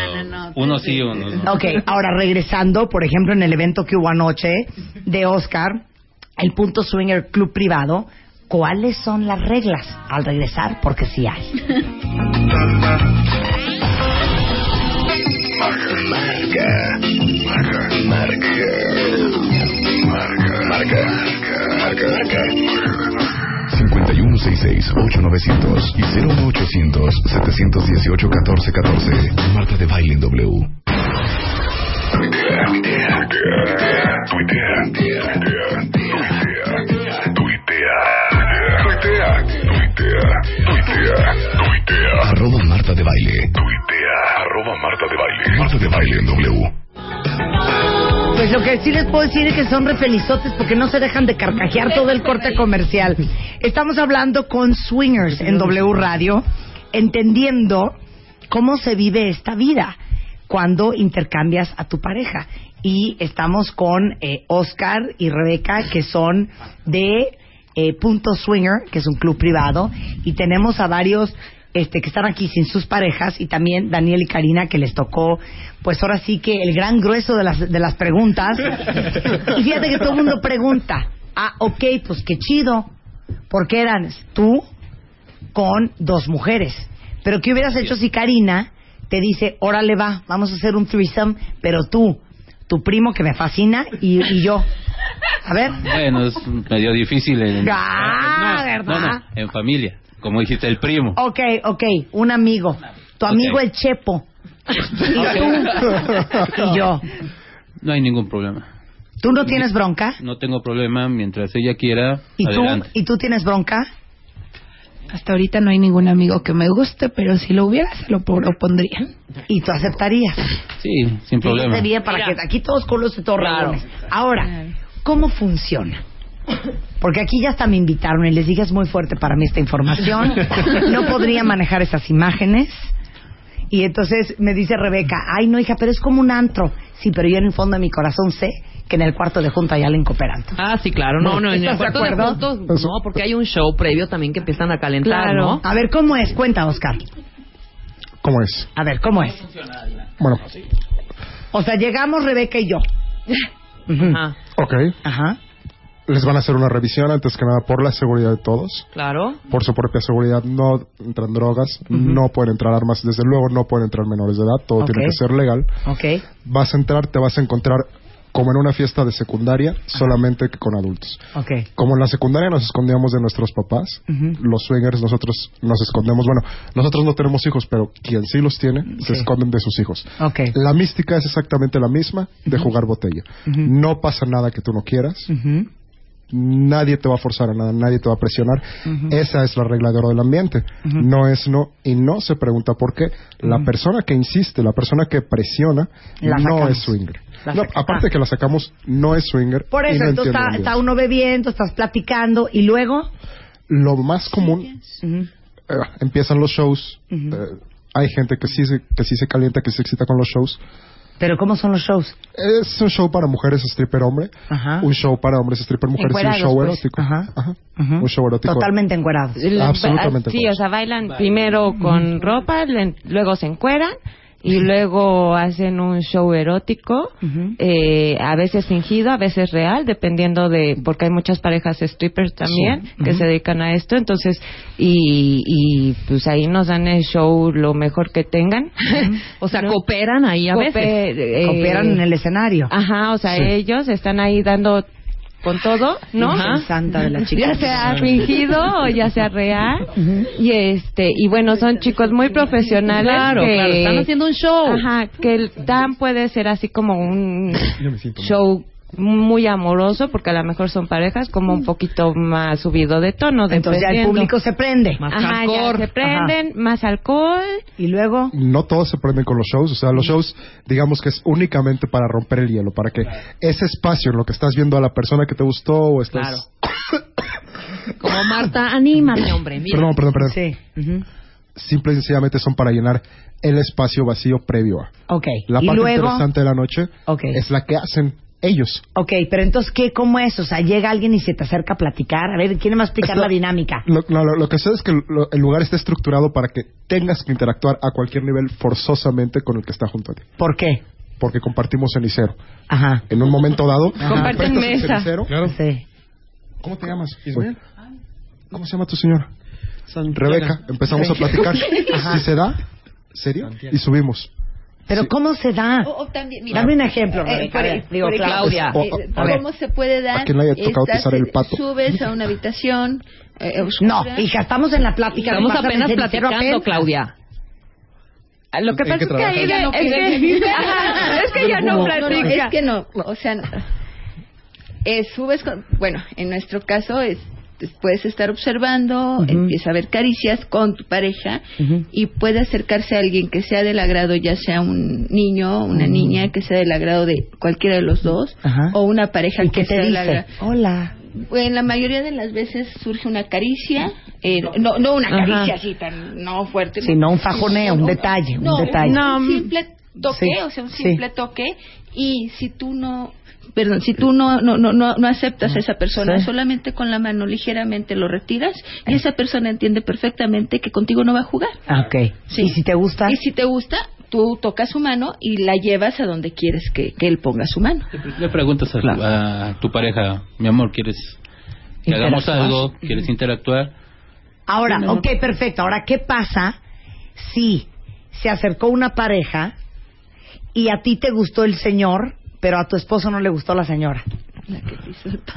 Speaker 7: uno sí, uno no.
Speaker 4: Ok, ahora regresando, por ejemplo, en el evento que hubo anoche de Oscar, el punto swinger club privado, ¿cuáles son las reglas al regresar? Porque sí hay.
Speaker 3: Marca, marca, marca, marca, marca, marca, marca. 5166-8900 y 01800-718-1414. Marta de Baile en W. Tuitea, tuitea, tuitea, tuitea, tuitea, tuitea, tuitea, tuitea, tuitea, tuitea. Arroba Marta de Baile. Tuitea, arroba Marta de Baile. Marta de Baile en W.
Speaker 4: Pues lo que sí les puedo decir es que son refelizotes porque no se dejan de carcajear todo el corte comercial. Estamos hablando con swingers en W Radio, entendiendo cómo se vive esta vida cuando intercambias a tu pareja. Y estamos con eh, Oscar y Rebeca, que son de eh, Punto Swinger, que es un club privado, y tenemos a varios este, que están aquí sin sus parejas y también Daniel y Karina que les tocó, pues ahora sí que el gran grueso de las, de las preguntas. Y fíjate que todo el mundo pregunta, ah, ok, pues qué chido, porque eran tú con dos mujeres. Pero ¿qué hubieras hecho si Karina te dice, órale va, vamos a hacer un threesome, pero tú, tu primo que me fascina y, y yo? A ver.
Speaker 7: Bueno, es medio difícil en, No,
Speaker 4: Ah,
Speaker 7: no,
Speaker 4: ¿verdad?
Speaker 7: en familia, como dijiste el primo.
Speaker 4: Ok, ok, un amigo. Tu amigo
Speaker 7: Ok.
Speaker 4: el Chepo. Y tú. y yo.
Speaker 7: No hay ningún problema.
Speaker 4: ¿Tú no tienes bronca?
Speaker 7: No tengo problema mientras ella quiera.
Speaker 4: ¿Y tú,
Speaker 7: adelante.
Speaker 4: ¿Y tú tienes bronca?
Speaker 10: Hasta ahorita no hay ningún amigo que me guste, pero si lo hubiera, se lo propondría.
Speaker 4: ¿Y tú aceptarías?
Speaker 7: Sí, sin problema.
Speaker 4: Fíjate bien para
Speaker 6: Mira.
Speaker 4: que aquí todos culos y todos
Speaker 6: Claro.
Speaker 4: raros. Ahora, ¿cómo funciona? Porque aquí ya hasta me invitaron y les dije es muy fuerte para mí esta información.
Speaker 10: [laughs]
Speaker 4: No podría manejar esas imágenes. Y entonces me dice Rebeca, ay no hija, pero es como un antro. Sí, pero yo en el fondo de mi corazón sé que en el cuarto de junta hay alguien cooperando.
Speaker 6: Ah, sí, claro. No, no, en el
Speaker 4: ¿Estás de
Speaker 6: cuarto de
Speaker 4: acuerdo?
Speaker 6: juntos, no, porque hay un show previo también que empiezan a calentar, ¿no?
Speaker 4: A ver, ¿cómo es? Cuenta, Oscar.
Speaker 8: ¿Cómo es?
Speaker 4: A ver, ¿cómo es?
Speaker 8: Bueno,
Speaker 4: O sea, llegamos Rebeca y yo. Ujú.
Speaker 6: Ajá,
Speaker 8: ok.
Speaker 4: Ajá.
Speaker 8: Les van a hacer una revisión antes que nada por la seguridad de todos,
Speaker 6: claro.
Speaker 8: por su propia seguridad. No entran drogas, no pueden entrar armas, desde luego no pueden entrar menores de edad, todo
Speaker 4: Ok.
Speaker 8: tiene que ser legal.
Speaker 4: Ok.
Speaker 8: Vas a entrar, te vas a encontrar como en una fiesta de secundaria, solamente que con adultos.
Speaker 4: Ok.
Speaker 8: Como en la secundaria nos escondíamos de nuestros papás, los swingers nosotros nos escondemos. Bueno, nosotros no tenemos hijos, pero quien sí los tiene, se
Speaker 4: Sí.
Speaker 8: esconden de sus hijos.
Speaker 4: Ok.
Speaker 8: La mística es exactamente la misma de jugar botella. No pasa nada que tú no quieras.
Speaker 4: Ujú.
Speaker 8: Nadie te va a forzar a nada, nadie te va a presionar. Esa es la regla de oro del ambiente. No es no y no se pregunta por qué. La persona que insiste, la persona que presiona,
Speaker 4: La
Speaker 8: no
Speaker 4: sacamos.
Speaker 8: es swinger.
Speaker 4: La
Speaker 8: No,
Speaker 4: saca-
Speaker 8: aparte
Speaker 4: Ah.
Speaker 8: que la sacamos, no es swinger.
Speaker 4: Por
Speaker 8: y
Speaker 4: eso,
Speaker 8: no
Speaker 4: entonces
Speaker 8: entiende el
Speaker 4: está,
Speaker 8: ambiente.
Speaker 4: está uno bebiendo, estás platicando y luego.
Speaker 8: Lo más común
Speaker 4: Ujú.
Speaker 8: eh, empiezan los shows. eh, hay gente que sí, se- que sí se calienta, que se excita con los shows.
Speaker 4: Pero ¿cómo son los shows?
Speaker 8: Es un show para mujeres stripper hombre,
Speaker 4: Ajá.
Speaker 8: un show para hombres stripper mujeres y un
Speaker 9: Encuerados,
Speaker 8: show
Speaker 9: pues.
Speaker 8: erótico.
Speaker 4: Ajá.
Speaker 8: Ajá.
Speaker 4: Ujú.
Speaker 8: Un show erótico.
Speaker 4: Totalmente encuerados.
Speaker 9: La-
Speaker 8: Absolutamente
Speaker 9: Sí,
Speaker 8: correcto.
Speaker 9: o sea, bailan primero con ropa, le- luego se encueran y luego hacen un show erótico,
Speaker 4: Ujú.
Speaker 9: eh, a veces fingido, a veces real, dependiendo de, porque hay muchas parejas strippers también que se dedican a esto, entonces, y, y pues ahí nos dan el show lo mejor que tengan.
Speaker 6: O sea,
Speaker 9: ¿No?
Speaker 6: cooperan ahí a
Speaker 9: Cooper-
Speaker 6: veces.
Speaker 9: eh,
Speaker 4: Cooperan en el escenario.
Speaker 9: Ajá, o sea,
Speaker 8: Sí.
Speaker 9: ellos están ahí dando con todo, ¿no?
Speaker 4: Virgen Santa de la chica.
Speaker 9: Ya sea fingido o ya sea real. Y este, y bueno, son chicos muy profesionales.
Speaker 6: Claro,
Speaker 9: que-
Speaker 6: claro, están haciendo un show.
Speaker 9: Ajá, que el Dan puede ser así como un
Speaker 8: Yo me siento mal.
Speaker 9: show muy amoroso porque a lo mejor son parejas como un poquito más subido de tono
Speaker 4: Entonces ya el
Speaker 9: dependiendo.
Speaker 4: público se prende.
Speaker 6: Más
Speaker 9: Ajá, ya
Speaker 6: hardcore.
Speaker 9: se prenden más alcohol
Speaker 4: Y luego.
Speaker 8: No todos se prenden con los shows, o sea, los shows digamos que es únicamente para romper el hielo, para que ese espacio en lo que estás viendo a la persona que te gustó o estás... Ah,
Speaker 6: Claro. Como Marta, anímame, hombre. Mira.
Speaker 8: Perdón, perdón, perdón.
Speaker 4: Sí. Ujú.
Speaker 8: Simple y sencillamente son para llenar el espacio vacío previo a.
Speaker 4: Ok.
Speaker 8: La
Speaker 4: y
Speaker 8: parte
Speaker 4: luego.
Speaker 8: interesante de la noche
Speaker 4: Ok.
Speaker 8: es la que hacen ellos.
Speaker 4: Ok, pero entonces, ¿qué? ¿Cómo es? O sea, llega alguien y se te acerca a platicar. A ver, ¿quién me va a explicar
Speaker 8: Esto-
Speaker 4: la dinámica?
Speaker 8: Lo, no, lo- lo que sé es que lo- el lugar está estructurado para que tengas que interactuar a cualquier nivel forzosamente con el que está junto a ti.
Speaker 4: ¿Por qué?
Speaker 8: Porque compartimos cenicero.
Speaker 4: Ajá.
Speaker 8: En un momento dado,
Speaker 4: Comparten
Speaker 8: prestas el
Speaker 9: mesa.
Speaker 8: cenicero.
Speaker 4: Sí.
Speaker 8: ¿Cómo te llamas? Ismael. ¿Cómo se llama tu señora? Rebeca. Empezamos a platicar.
Speaker 4: [laughs]
Speaker 8: Si se da, serio, y subimos.
Speaker 4: Pero
Speaker 8: Sí.
Speaker 4: ¿cómo se da?
Speaker 11: O, o también, mira,
Speaker 4: Ah. Dame un ejemplo.
Speaker 11: eh,
Speaker 4: Rebeca.
Speaker 11: por-
Speaker 4: A ver, digo,
Speaker 11: por ejemplo,
Speaker 4: Claudia.
Speaker 8: O-
Speaker 11: eh,
Speaker 8: a ver.
Speaker 11: ¿Cómo se puede dar?
Speaker 8: A quien le haya tocado
Speaker 11: Estás,
Speaker 8: pisar el
Speaker 11: eh,
Speaker 8: pato.
Speaker 11: Subes a una habitación eh,
Speaker 4: No,
Speaker 11: oscura.
Speaker 4: hija, estamos en la plática.
Speaker 6: Estamos
Speaker 4: Pásame el
Speaker 6: apenas
Speaker 4: cenicero
Speaker 6: platicando,
Speaker 4: apenas.
Speaker 6: Claudia.
Speaker 9: lo
Speaker 8: ¿En qué
Speaker 9: que pasa es que
Speaker 8: trabajas?
Speaker 9: ahí
Speaker 11: Ella no
Speaker 9: es
Speaker 11: quiere [laughs]
Speaker 9: que-
Speaker 11: decir.
Speaker 9: Ajá, es que ya no
Speaker 11: No, no,
Speaker 9: platica
Speaker 11: es que no, o sea, no. Eh, subes, con- bueno, en nuestro caso es es- puedes estar observando, empieza a ver caricias con tu pareja y puede acercarse a alguien que sea del agrado, ya sea un niño, una niña que sea del agrado de cualquiera de los dos
Speaker 4: Mm. Ajá.
Speaker 11: o una pareja
Speaker 4: ¿Y qué
Speaker 11: que
Speaker 4: te
Speaker 11: sea del
Speaker 4: dice?
Speaker 11: agrado. Pues,
Speaker 4: Hola.
Speaker 11: En la mayoría de las veces surge una caricia, eh, no, no una
Speaker 9: Ajá.
Speaker 11: caricia así tan no fuerte,
Speaker 4: Sino un fajoneo, un detalle, un
Speaker 11: no,
Speaker 4: detalle.
Speaker 11: No, un simple toque,
Speaker 4: Sí,
Speaker 11: o sea, un
Speaker 4: sí.
Speaker 11: simple toque y si tú no Perdón, si tú no no no no no aceptas a esa persona,
Speaker 4: Ah, Sí. Eh.
Speaker 11: solamente con la mano ligeramente lo retiras y esa persona entiende perfectamente que contigo no va a jugar.
Speaker 4: Ah, ok.
Speaker 11: Sí.
Speaker 4: ¿Y si te gusta?
Speaker 11: Y si te gusta, tú tocas su mano y la llevas a donde quieres que, que él ponga su mano.
Speaker 7: Le preguntas a, a tu pareja, mi amor, ¿quieres que hagamos
Speaker 4: Interactuar.
Speaker 7: algo? ¿Quieres interactuar?
Speaker 4: Ahora, ok, perfecto. Ahora, ¿qué pasa si se acercó una pareja y a ti te gustó el señor, pero a tu esposo no le gustó la señora?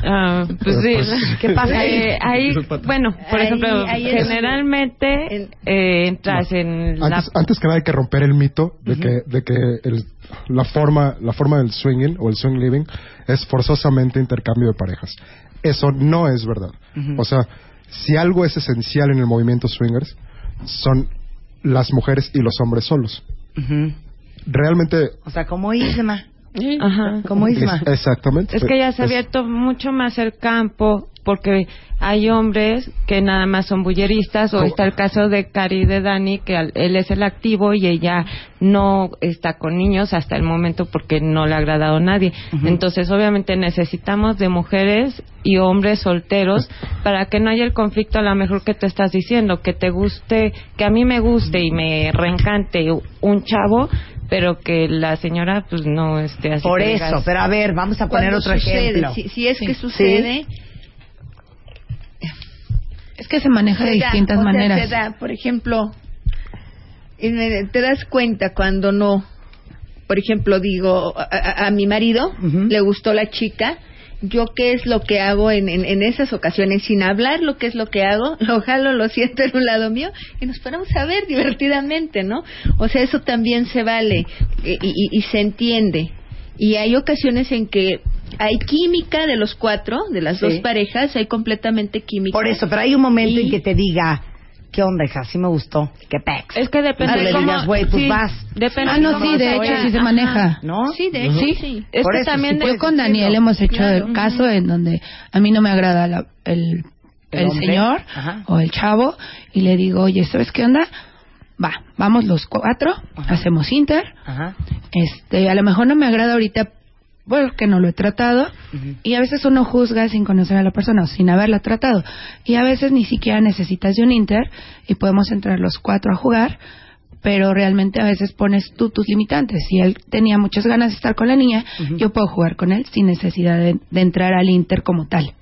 Speaker 9: Ah, pues sí.
Speaker 4: ¿Qué pasa ahí?
Speaker 10: [laughs]
Speaker 9: Eh, ahí, bueno, por
Speaker 11: Ahí-
Speaker 9: ejemplo,
Speaker 11: ahí es-
Speaker 9: generalmente
Speaker 11: en-
Speaker 9: eh, entras en la...
Speaker 8: Antes, antes que nada hay que romper el mito de que, de que el- la, forma, la forma del swinging o el swing living es forzosamente intercambio de parejas. Eso no es verdad. O sea, si algo es esencial en el movimiento swingers, son las mujeres y los hombres solos. Realmente...
Speaker 4: O sea, como Isma.
Speaker 9: Ajá.
Speaker 4: Como Isma.
Speaker 8: es- exactamente.
Speaker 9: Es que ya se ha
Speaker 8: Es-
Speaker 9: abierto mucho más el campo porque hay hombres que nada más son bulleristas o está el caso de Cari de Dani que al- él es el activo y ella no está con niños hasta el momento porque no le ha agradado a nadie. Entonces, obviamente necesitamos de mujeres y hombres solteros para que no haya el conflicto a lo mejor que te estás diciendo, que te guste, que a mí me guste y me reencante un chavo, pero que la señora pues no esté así.
Speaker 4: Por
Speaker 9: que
Speaker 4: eso,
Speaker 9: digas,
Speaker 4: pero a ver, vamos a poner
Speaker 9: Cuando
Speaker 4: otro
Speaker 9: sucede,
Speaker 4: ejemplo.
Speaker 11: Si, si es que sucede,
Speaker 10: Es que se maneja de
Speaker 11: se da,
Speaker 10: distintas
Speaker 11: o sea,
Speaker 10: maneras.
Speaker 11: se da, por ejemplo, en el- te das cuenta cuando no. Por ejemplo, digo, a, a- a mi marido le gustó la chica. Yo qué es lo que hago en, en, en esas ocasiones, sin hablar lo que es lo que hago, [laughs] lo jalo, lo siento en un lado mío y nos ponemos a ver divertidamente, ¿no? O sea, eso también se vale eh, y, y- y se entiende. Y hay ocasiones en que hay química de los cuatro, de las
Speaker 4: Sí.
Speaker 11: dos parejas, hay completamente química.
Speaker 4: Por eso, pero hay un momento en que te diga, ¿qué onda, hija? Sí me gustó. ¿Qué pex?
Speaker 9: Es que depende
Speaker 4: Y tú le
Speaker 9: de cómo-
Speaker 4: digas, güey, pues
Speaker 9: sí,
Speaker 4: vas.
Speaker 9: depende
Speaker 10: Ah, no,
Speaker 9: cómo
Speaker 10: sí, de
Speaker 9: se
Speaker 10: hecho,
Speaker 9: vea.
Speaker 10: sí se
Speaker 9: Ajá.
Speaker 10: maneja.
Speaker 4: ¿No?
Speaker 11: Sí, de
Speaker 10: Ujú.
Speaker 11: hecho,
Speaker 10: Sí.
Speaker 11: sí.
Speaker 9: Es
Speaker 10: Por
Speaker 9: que
Speaker 10: eso,
Speaker 9: también
Speaker 10: sí,
Speaker 9: de-
Speaker 10: yo con Daniel hemos hecho
Speaker 11: Claro.
Speaker 10: el caso en donde a mí no me agrada la- el,
Speaker 4: El
Speaker 10: el
Speaker 4: hombre.
Speaker 10: señor
Speaker 4: Ajá.
Speaker 10: o el chavo y le digo, oye, ¿sabes qué onda? Va, vamos los cuatro, hacemos inter.
Speaker 4: Ajá.
Speaker 10: Este, a lo mejor no me agrada ahorita porque no lo he tratado y a veces uno juzga sin conocer a la persona o sin haberla tratado y a veces ni siquiera necesitas de un inter y podemos entrar los cuatro a jugar pero realmente a veces pones tú tus limitantes si él tenía muchas ganas de estar con la niña yo puedo jugar con él sin necesidad de, de entrar al inter como tal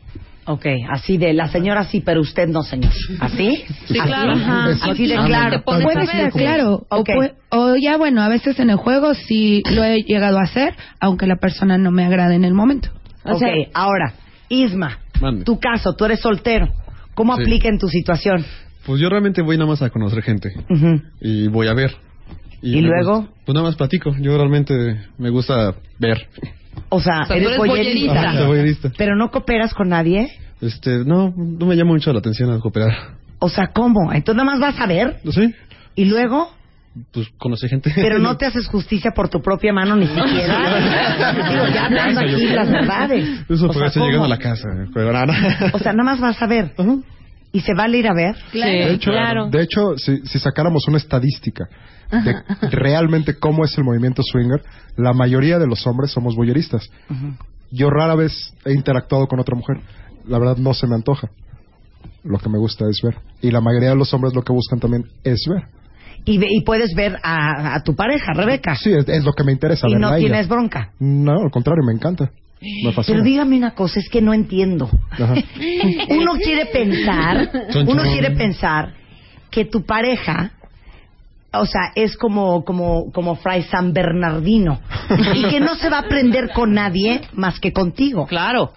Speaker 4: Ok, así de la señora sí, pero usted no, señor. ¿Así?
Speaker 6: Sí,
Speaker 4: Así.
Speaker 6: claro. Pues Ajá.
Speaker 4: Así de
Speaker 6: Ajá.
Speaker 4: claro. pues.
Speaker 6: Te pones
Speaker 10: puede
Speaker 6: a
Speaker 10: ser
Speaker 6: ver,
Speaker 10: claro o
Speaker 4: Ok.
Speaker 10: pue- o, ya bueno a veces en el juego sí lo he llegado a hacer aunque la persona no me agrade en el momento
Speaker 4: Ok, ahora, Isma,
Speaker 13: Mande.
Speaker 4: tu caso, tú eres soltero. ¿Cómo
Speaker 13: Sí.
Speaker 4: aplica en tu situación?
Speaker 13: Pues yo realmente voy nada más a conocer gente y voy a ver.
Speaker 4: ¿Y
Speaker 13: me
Speaker 4: luego?
Speaker 13: gusta- pues nada más platico. Yo realmente me gusta ver.
Speaker 4: O sea,
Speaker 6: O sea, tú
Speaker 4: eres,
Speaker 6: eres
Speaker 4: pollerista.
Speaker 6: voyerista.
Speaker 13: Soy voyerista.
Speaker 4: Pero no cooperas con nadie.
Speaker 13: Este, no, no me llama mucho la atención a cooperar.
Speaker 4: O sea, ¿cómo? Entonces nada más vas a ver
Speaker 13: Sí,
Speaker 4: y luego,
Speaker 13: pues conocer gente. [laughs]
Speaker 4: pero no te haces justicia por tu propia mano ni siquiera. Digo, ya hablando
Speaker 13: Eso, yo
Speaker 4: aquí
Speaker 13: creo.
Speaker 4: las verdades.
Speaker 13: Eso
Speaker 4: O
Speaker 13: fue
Speaker 4: sea,
Speaker 13: así
Speaker 4: ¿cómo?
Speaker 13: llegando a la casa. pero nada.
Speaker 4: O sea, nada más vas a ver. ¿Y se vale ir a ver?
Speaker 13: De hecho, eh,
Speaker 9: claro.
Speaker 8: De hecho, si, si sacáramos una estadística de realmente cómo es el movimiento swinger, la mayoría de los hombres somos voyeristas. Yo rara vez he interactuado con otra mujer. La verdad no se me antoja. Lo que me gusta es ver. Y la mayoría de los hombres lo que buscan también es ver.
Speaker 4: Y, ve- y puedes ver a, a tu pareja, Rebeca.
Speaker 8: Sí, es, es lo que me interesa.
Speaker 4: y
Speaker 8: verla
Speaker 4: no
Speaker 8: a ella.
Speaker 4: tienes bronca.
Speaker 8: No, al contrario, me encanta. Me fascina.
Speaker 4: Pero dígame una cosa, es que no entiendo.
Speaker 8: Ajá.
Speaker 4: [laughs] Uno quiere pensar,
Speaker 13: Chon,
Speaker 4: uno
Speaker 13: chon.
Speaker 4: quiere pensar que tu pareja, o sea, es como como como Fray San Bernardino y que no se va a aprender con nadie más que contigo.
Speaker 6: Claro.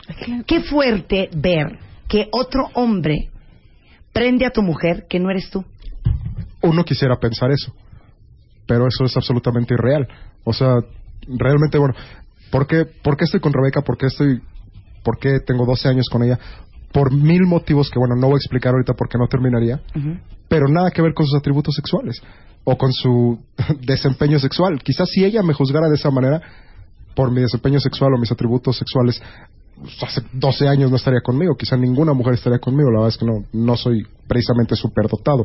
Speaker 4: Qué fuerte ver que otro hombre prende a tu mujer que no eres tú.
Speaker 8: uno quisiera pensar eso, pero eso es absolutamente irreal. O sea, realmente, bueno, ¿por qué, por qué estoy con Rebeca? ¿Por qué, estoy, ¿Por qué tengo 12 años con ella? Por mil motivos que, bueno, no voy a explicar ahorita porque no terminaría, pero nada que ver con sus atributos sexuales o con su [laughs] desempeño sexual. Quizás si ella me juzgara de esa manera por mi desempeño sexual o mis atributos sexuales, pues, hace 12 años no estaría conmigo, quizá ninguna mujer estaría conmigo, la verdad es que no, no soy precisamente superdotado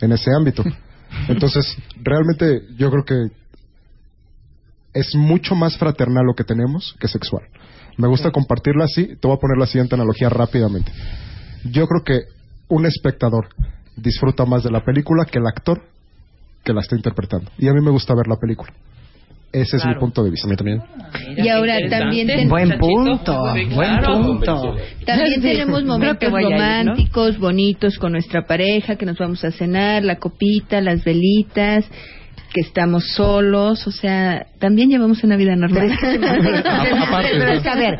Speaker 8: en ese ámbito. Entonces, realmente yo creo que es mucho más fraternal lo que tenemos que sexual. Me gusta compartirla así, te voy a poner la siguiente analogía rápidamente. Yo creo que un espectador disfruta más de la película que el actor que la está interpretando. Y a mí me gusta ver la película. Ese es mi
Speaker 6: Claro.
Speaker 8: punto de vista.
Speaker 13: también.
Speaker 11: Y ahora también ten-
Speaker 4: Buen punto, buen punto.
Speaker 11: También tenemos momentos
Speaker 9: voy a ir, ¿no?
Speaker 11: románticos, bonitos con nuestra pareja, que nos vamos a cenar, la copita, las velitas, que estamos solos, o sea, también llevamos una vida normal.
Speaker 13: Aparte,
Speaker 4: Pero es que, a ver,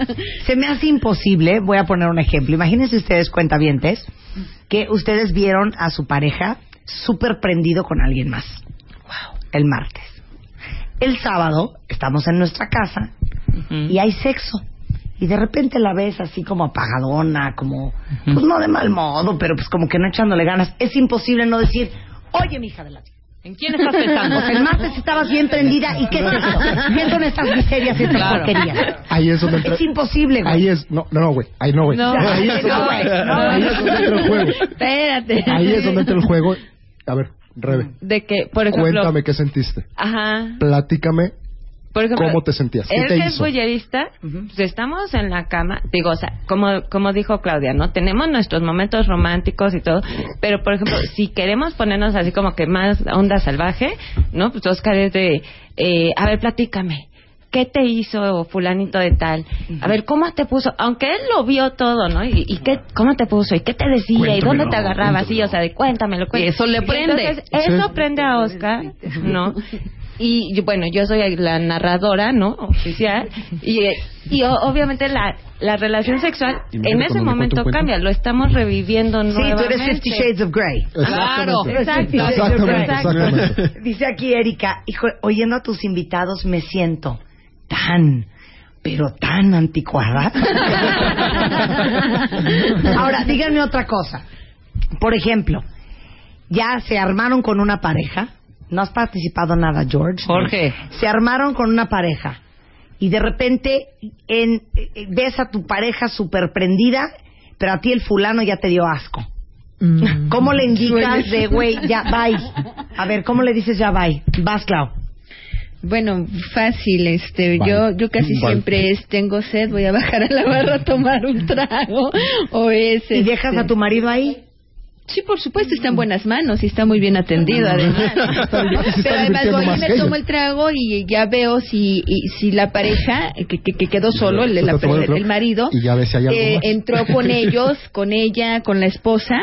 Speaker 4: se me hace imposible, voy a poner un ejemplo. Imagínense ustedes, cuentavientes, que ustedes vieron a su pareja súper prendido con alguien más. El martes. El sábado estamos en nuestra casa y hay sexo. Y de repente la ves así como apagadona, como, pues no de mal modo, pero pues como que no echándole ganas. Es imposible no decir, oye, mi hija de la...
Speaker 6: ¿En quién estás pensando?
Speaker 4: [laughs] El martes estabas bien prendida. ¿Y qué es esto? ¿Qué son estas miserias y estas
Speaker 8: Claro.
Speaker 4: porquerías?
Speaker 8: Ahí es donde entra-
Speaker 4: Es imposible, güey.
Speaker 8: Ahí es, no, no, no, güey, ahí no, güey.
Speaker 4: No,
Speaker 8: ahí es
Speaker 4: no,
Speaker 8: donde-
Speaker 4: güey, no.
Speaker 8: ahí es donde entra el juego.
Speaker 9: Espérate.
Speaker 8: Ahí es donde entra el juego. A ver, Rebe,
Speaker 9: De que, por ejemplo.
Speaker 8: cuéntame qué sentiste.
Speaker 9: Ajá.
Speaker 8: Platícame
Speaker 9: Por ejemplo,
Speaker 8: cómo te sentías. ¿Qué
Speaker 9: Él
Speaker 8: te
Speaker 9: que es
Speaker 8: hizo?
Speaker 9: bollerista, pues estamos en la cama, digo, o sea, como, como dijo Claudia, ¿no? Tenemos nuestros momentos románticos y todo, pero por ejemplo, si queremos ponernos así como que más onda salvaje, ¿no? Pues Oscar es de, eh, a ver, platícame. ¿Qué te hizo fulanito de tal? A ver, ¿cómo te puso? Aunque él lo vio todo, ¿no? ¿Y, y qué, cómo te puso? ¿Y qué te decía? ¿Y dónde
Speaker 6: Cuéntamelo,
Speaker 9: te agarraba? Sí, o sea, de cuéntamelo,
Speaker 6: Y
Speaker 9: cuéntamelo.
Speaker 6: eso le prende.
Speaker 9: Entonces, eso
Speaker 6: Sí.
Speaker 9: prende a Oscar,
Speaker 6: [laughs]
Speaker 9: ¿no? y yo- bueno yo soy la narradora no oficial y, eh, y o- obviamente la la relación sexual en
Speaker 4: Imagínate cuando me
Speaker 9: ese
Speaker 4: cuento
Speaker 9: momento
Speaker 4: un cuento.
Speaker 9: cambia lo estamos reviviendo
Speaker 4: Sí,
Speaker 9: nuevamente
Speaker 4: tú eres Fifty Shades of Grey.
Speaker 9: claro
Speaker 4: Exacto.
Speaker 9: exacto
Speaker 8: exactamente.
Speaker 4: Dice aquí Erika, hijo, oyendo a tus invitados me siento tan, pero tan anticuada. [laughs] Ahora, díganme otra cosa. Por ejemplo, ya se armaron con una pareja. No has participado nada, George.
Speaker 6: Jorge.
Speaker 4: Se armaron con una pareja. Y de repente en- eh, ves a tu pareja súper prendida, pero a ti el fulano ya te dio asco.
Speaker 11: Mm.
Speaker 4: ¿Cómo le indicas de, güey, ya, bye? A ver, ¿cómo le dices ya, bye? Vas, Clau.
Speaker 11: Bueno, fácil, este,
Speaker 4: Vale.
Speaker 11: yo, yo casi
Speaker 4: Vale.
Speaker 11: siempre es, tengo sed, voy a bajar a la barra a tomar un trago, o es... este,
Speaker 4: ¿Y dejas a tu marido ahí?
Speaker 11: Sí, por supuesto, está en buenas manos y está muy bien atendido,
Speaker 4: [laughs]
Speaker 11: además.
Speaker 2: se está
Speaker 11: Pero además
Speaker 2: divirtiendo
Speaker 11: voy
Speaker 2: más que
Speaker 11: y me
Speaker 2: ella.
Speaker 11: tomo el trago y ya veo si, y- si la pareja, que, que- que quedó solo, el,
Speaker 8: Se
Speaker 11: la-
Speaker 8: está tomando el
Speaker 11: el
Speaker 8: trago.
Speaker 11: marido,
Speaker 8: Y ya ves si hay algo
Speaker 11: eh,
Speaker 8: más.
Speaker 11: entró con ellos, con ella, con la esposa,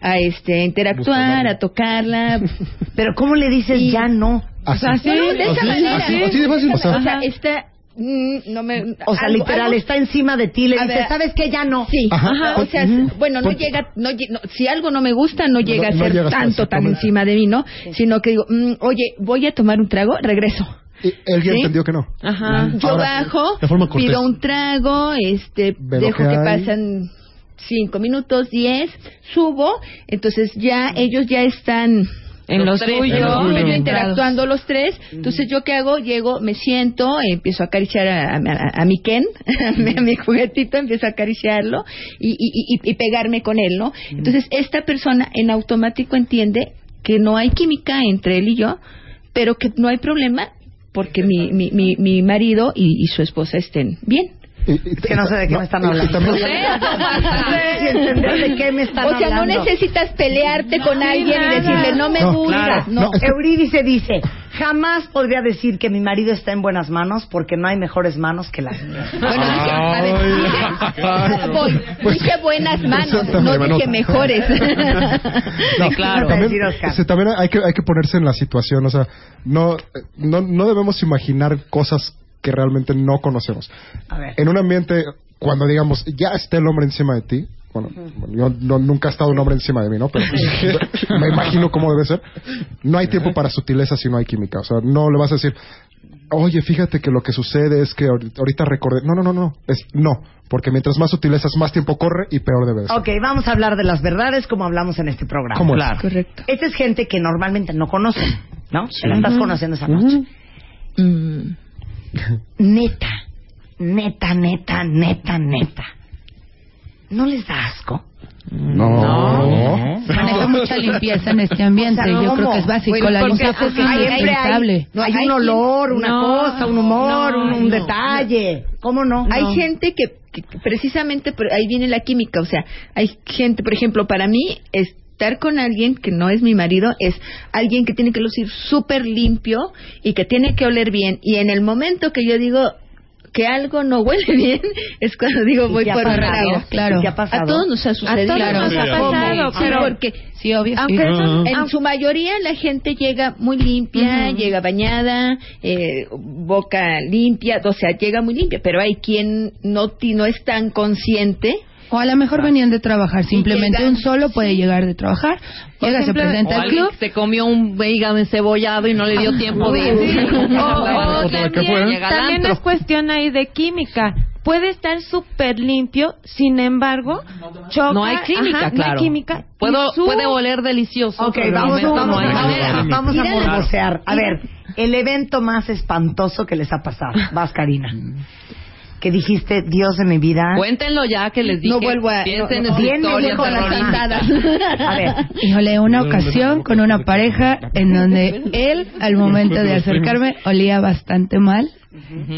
Speaker 11: a este, interactuar, a tocarla.
Speaker 4: Pero ¿cómo le dices ya no?
Speaker 11: Así.
Speaker 4: Así.
Speaker 11: de esa
Speaker 4: Así,
Speaker 11: manera. ¿eh?
Speaker 4: así, así de fácil, o
Speaker 11: O
Speaker 4: sea.
Speaker 11: sea, está... mm, No me,
Speaker 4: O sea,
Speaker 11: algo-
Speaker 4: literal,
Speaker 11: algo-
Speaker 4: está encima de ti, le
Speaker 11: A
Speaker 4: dices,
Speaker 11: ver,
Speaker 4: ¿sabes qué? Ya no.
Speaker 11: Sí,
Speaker 4: Ajá.
Speaker 11: ajá, o sea,
Speaker 4: Ujú.
Speaker 11: bueno, no llega, no, lle- no, si algo no me gusta, no llega
Speaker 4: no
Speaker 11: a ser
Speaker 4: llegas a
Speaker 11: tanto
Speaker 4: ese
Speaker 11: tan
Speaker 4: momento.
Speaker 11: encima de mí, ¿no? Sino que digo, mm, oye, voy a tomar un trago, regreso.
Speaker 8: Él ya
Speaker 11: ¿Sí?
Speaker 8: entendió que no. Ah,
Speaker 11: Ajá. Yo [laughs]
Speaker 8: Ahora,
Speaker 11: bajo,
Speaker 8: de forma cortés.
Speaker 11: pido un trago, este,
Speaker 8: Ve lo
Speaker 11: dejo
Speaker 8: que
Speaker 11: que
Speaker 8: hay.
Speaker 11: pasen cinco minutos, diez, subo, entonces ya ellos ya están
Speaker 9: En lo
Speaker 11: los tres, ¿no?
Speaker 9: suyo. En lo suyo.
Speaker 11: Medio interactuando los tres, entonces yo qué hago, llego, me siento, empiezo a acariciar a, a- a- a mi Ken, [laughs] a mi, a mi juguetito, empiezo a acariciarlo y, y- y- y pegarme con él, ¿no? Entonces esta persona en automático entiende que no hay química entre él y yo, pero que no hay problema porque mi, mi, mi, mi marido y, y su esposa estén bien.
Speaker 4: Es que no sé de qué me están hablando. [laughs]
Speaker 11: también-
Speaker 4: No sé, no sé entender de qué me están
Speaker 11: O sea, no
Speaker 4: hablando.
Speaker 11: necesitas pelearte con alguien y decirle, no eh, me
Speaker 4: Claro,
Speaker 11: gustas.
Speaker 4: no. [laughs] Eurídice dice, jamás podría decir que mi marido está en buenas manos porque no hay mejores manos que las mías.
Speaker 11: [laughs] Bueno, dije, a
Speaker 8: [laughs]
Speaker 11: ver, dije, voy,
Speaker 4: pues,
Speaker 11: dije buenas manos, no dije
Speaker 8: hermano.
Speaker 11: mejores.
Speaker 4: [laughs]
Speaker 8: No,
Speaker 11: Decir,
Speaker 8: También,
Speaker 11: Oscar.
Speaker 8: sí, también hay, que, hay que ponerse en la situación. O sea, no, eh, no, no debemos imaginar cosas que realmente no conocemos. En un ambiente, cuando digamos, ya está el hombre encima de ti, bueno, yo no- nunca ha estado un hombre encima de mí, ¿no? Pero pues,
Speaker 11: [laughs]
Speaker 8: me imagino cómo debe ser. No hay tiempo para sutileza si no hay química. O sea, no le vas a decir, oye, fíjate que lo que sucede es que ahorita ahorita recordé. No, no, no, no. Es no. Porque mientras más sutilezas, más tiempo corre y peor debe de ser.
Speaker 4: Ok, vamos a hablar de las verdades como hablamos en este programa.
Speaker 8: ¿Cómo es? Claro.
Speaker 11: Correcto.
Speaker 4: Esta es gente que normalmente no conoce, ¿no?
Speaker 8: Sí.
Speaker 4: La estás
Speaker 8: Ujú.
Speaker 4: conociendo esa noche. Mm, Neta, neta, neta, neta, neta. ¿No les da asco?
Speaker 10: No.
Speaker 4: Maneja
Speaker 10: mucha limpieza en este ambiente, yo creo que es básico, la luz
Speaker 4: porque
Speaker 10: es
Speaker 4: hay- hay,
Speaker 10: indispensable.
Speaker 4: no, hay
Speaker 10: Hay
Speaker 4: un
Speaker 10: quien-
Speaker 4: olor, una
Speaker 10: no,
Speaker 4: cosa, un humor, un, un
Speaker 11: no,
Speaker 4: detalle. ¿Cómo no?
Speaker 11: Hay gente que, que precisamente por ahí viene la química, o sea, hay gente, por ejemplo, para mí estar con alguien que no es mi marido es alguien que tiene que lucir súper limpio y que tiene que oler bien y en el momento que yo digo que algo no huele [laughs] bien es cuando digo
Speaker 10: ¿Y
Speaker 11: voy
Speaker 10: te ha
Speaker 11: por un
Speaker 10: pasado?
Speaker 11: trago.
Speaker 10: Claro. ¿Y te ha
Speaker 11: A
Speaker 10: pasado?
Speaker 11: todos nos ha sucedido.
Speaker 10: A todos nos ha
Speaker 11: ¿Cómo?
Speaker 10: pasado,
Speaker 11: Sí,
Speaker 10: pero-
Speaker 11: porque
Speaker 10: Sí, obvio, sí.
Speaker 11: aunque eso-
Speaker 10: Ah.
Speaker 11: en su mayoría la gente llega muy limpia, llega bañada, eh, boca limpia, o sea, llega muy limpia, pero hay quien no, ti- no es tan consciente.
Speaker 10: O a lo mejor venían de trabajar, simplemente un solo puede llegar de trabajar, llega, se
Speaker 6: ejemplo,
Speaker 10: presenta
Speaker 6: o
Speaker 10: al
Speaker 6: alguien
Speaker 10: club.
Speaker 6: Se comió un hígado encebollado y no le dio tiempo de...
Speaker 9: [laughs] Sí. O- o
Speaker 6: Otro
Speaker 9: también,
Speaker 6: que fue. Llega al
Speaker 9: también
Speaker 6: antro.
Speaker 9: es cuestión ahí de química. puede estar súper limpio, sin embargo, choca.
Speaker 6: No hay química,
Speaker 9: ajá, No
Speaker 6: claro.
Speaker 9: hay química.
Speaker 6: Puedo-
Speaker 9: y su-
Speaker 6: puede oler delicioso.
Speaker 4: Ok,
Speaker 6: pero
Speaker 4: vamos,
Speaker 6: no,
Speaker 4: vamos,
Speaker 6: no hay
Speaker 4: vamos,
Speaker 6: manera.
Speaker 4: vamos, a
Speaker 6: Mírala.
Speaker 4: morbosear. A ver, el evento más espantoso que les ha pasado. Vas, Karina. Que dijiste, Dios de mi
Speaker 13: Ah.
Speaker 4: vida.
Speaker 6: Cuéntenlo ya que les dije.
Speaker 4: No vuelvo a-
Speaker 6: Piensen
Speaker 4: no,
Speaker 6: en
Speaker 4: no,
Speaker 6: su
Speaker 4: bien me
Speaker 6: historia
Speaker 4: dijo la
Speaker 10: [laughs]
Speaker 6: terrorista. [laughs]
Speaker 4: A ver.
Speaker 10: Híjole, una ocasión con una pareja en donde él, al momento de acercarme, olía bastante mal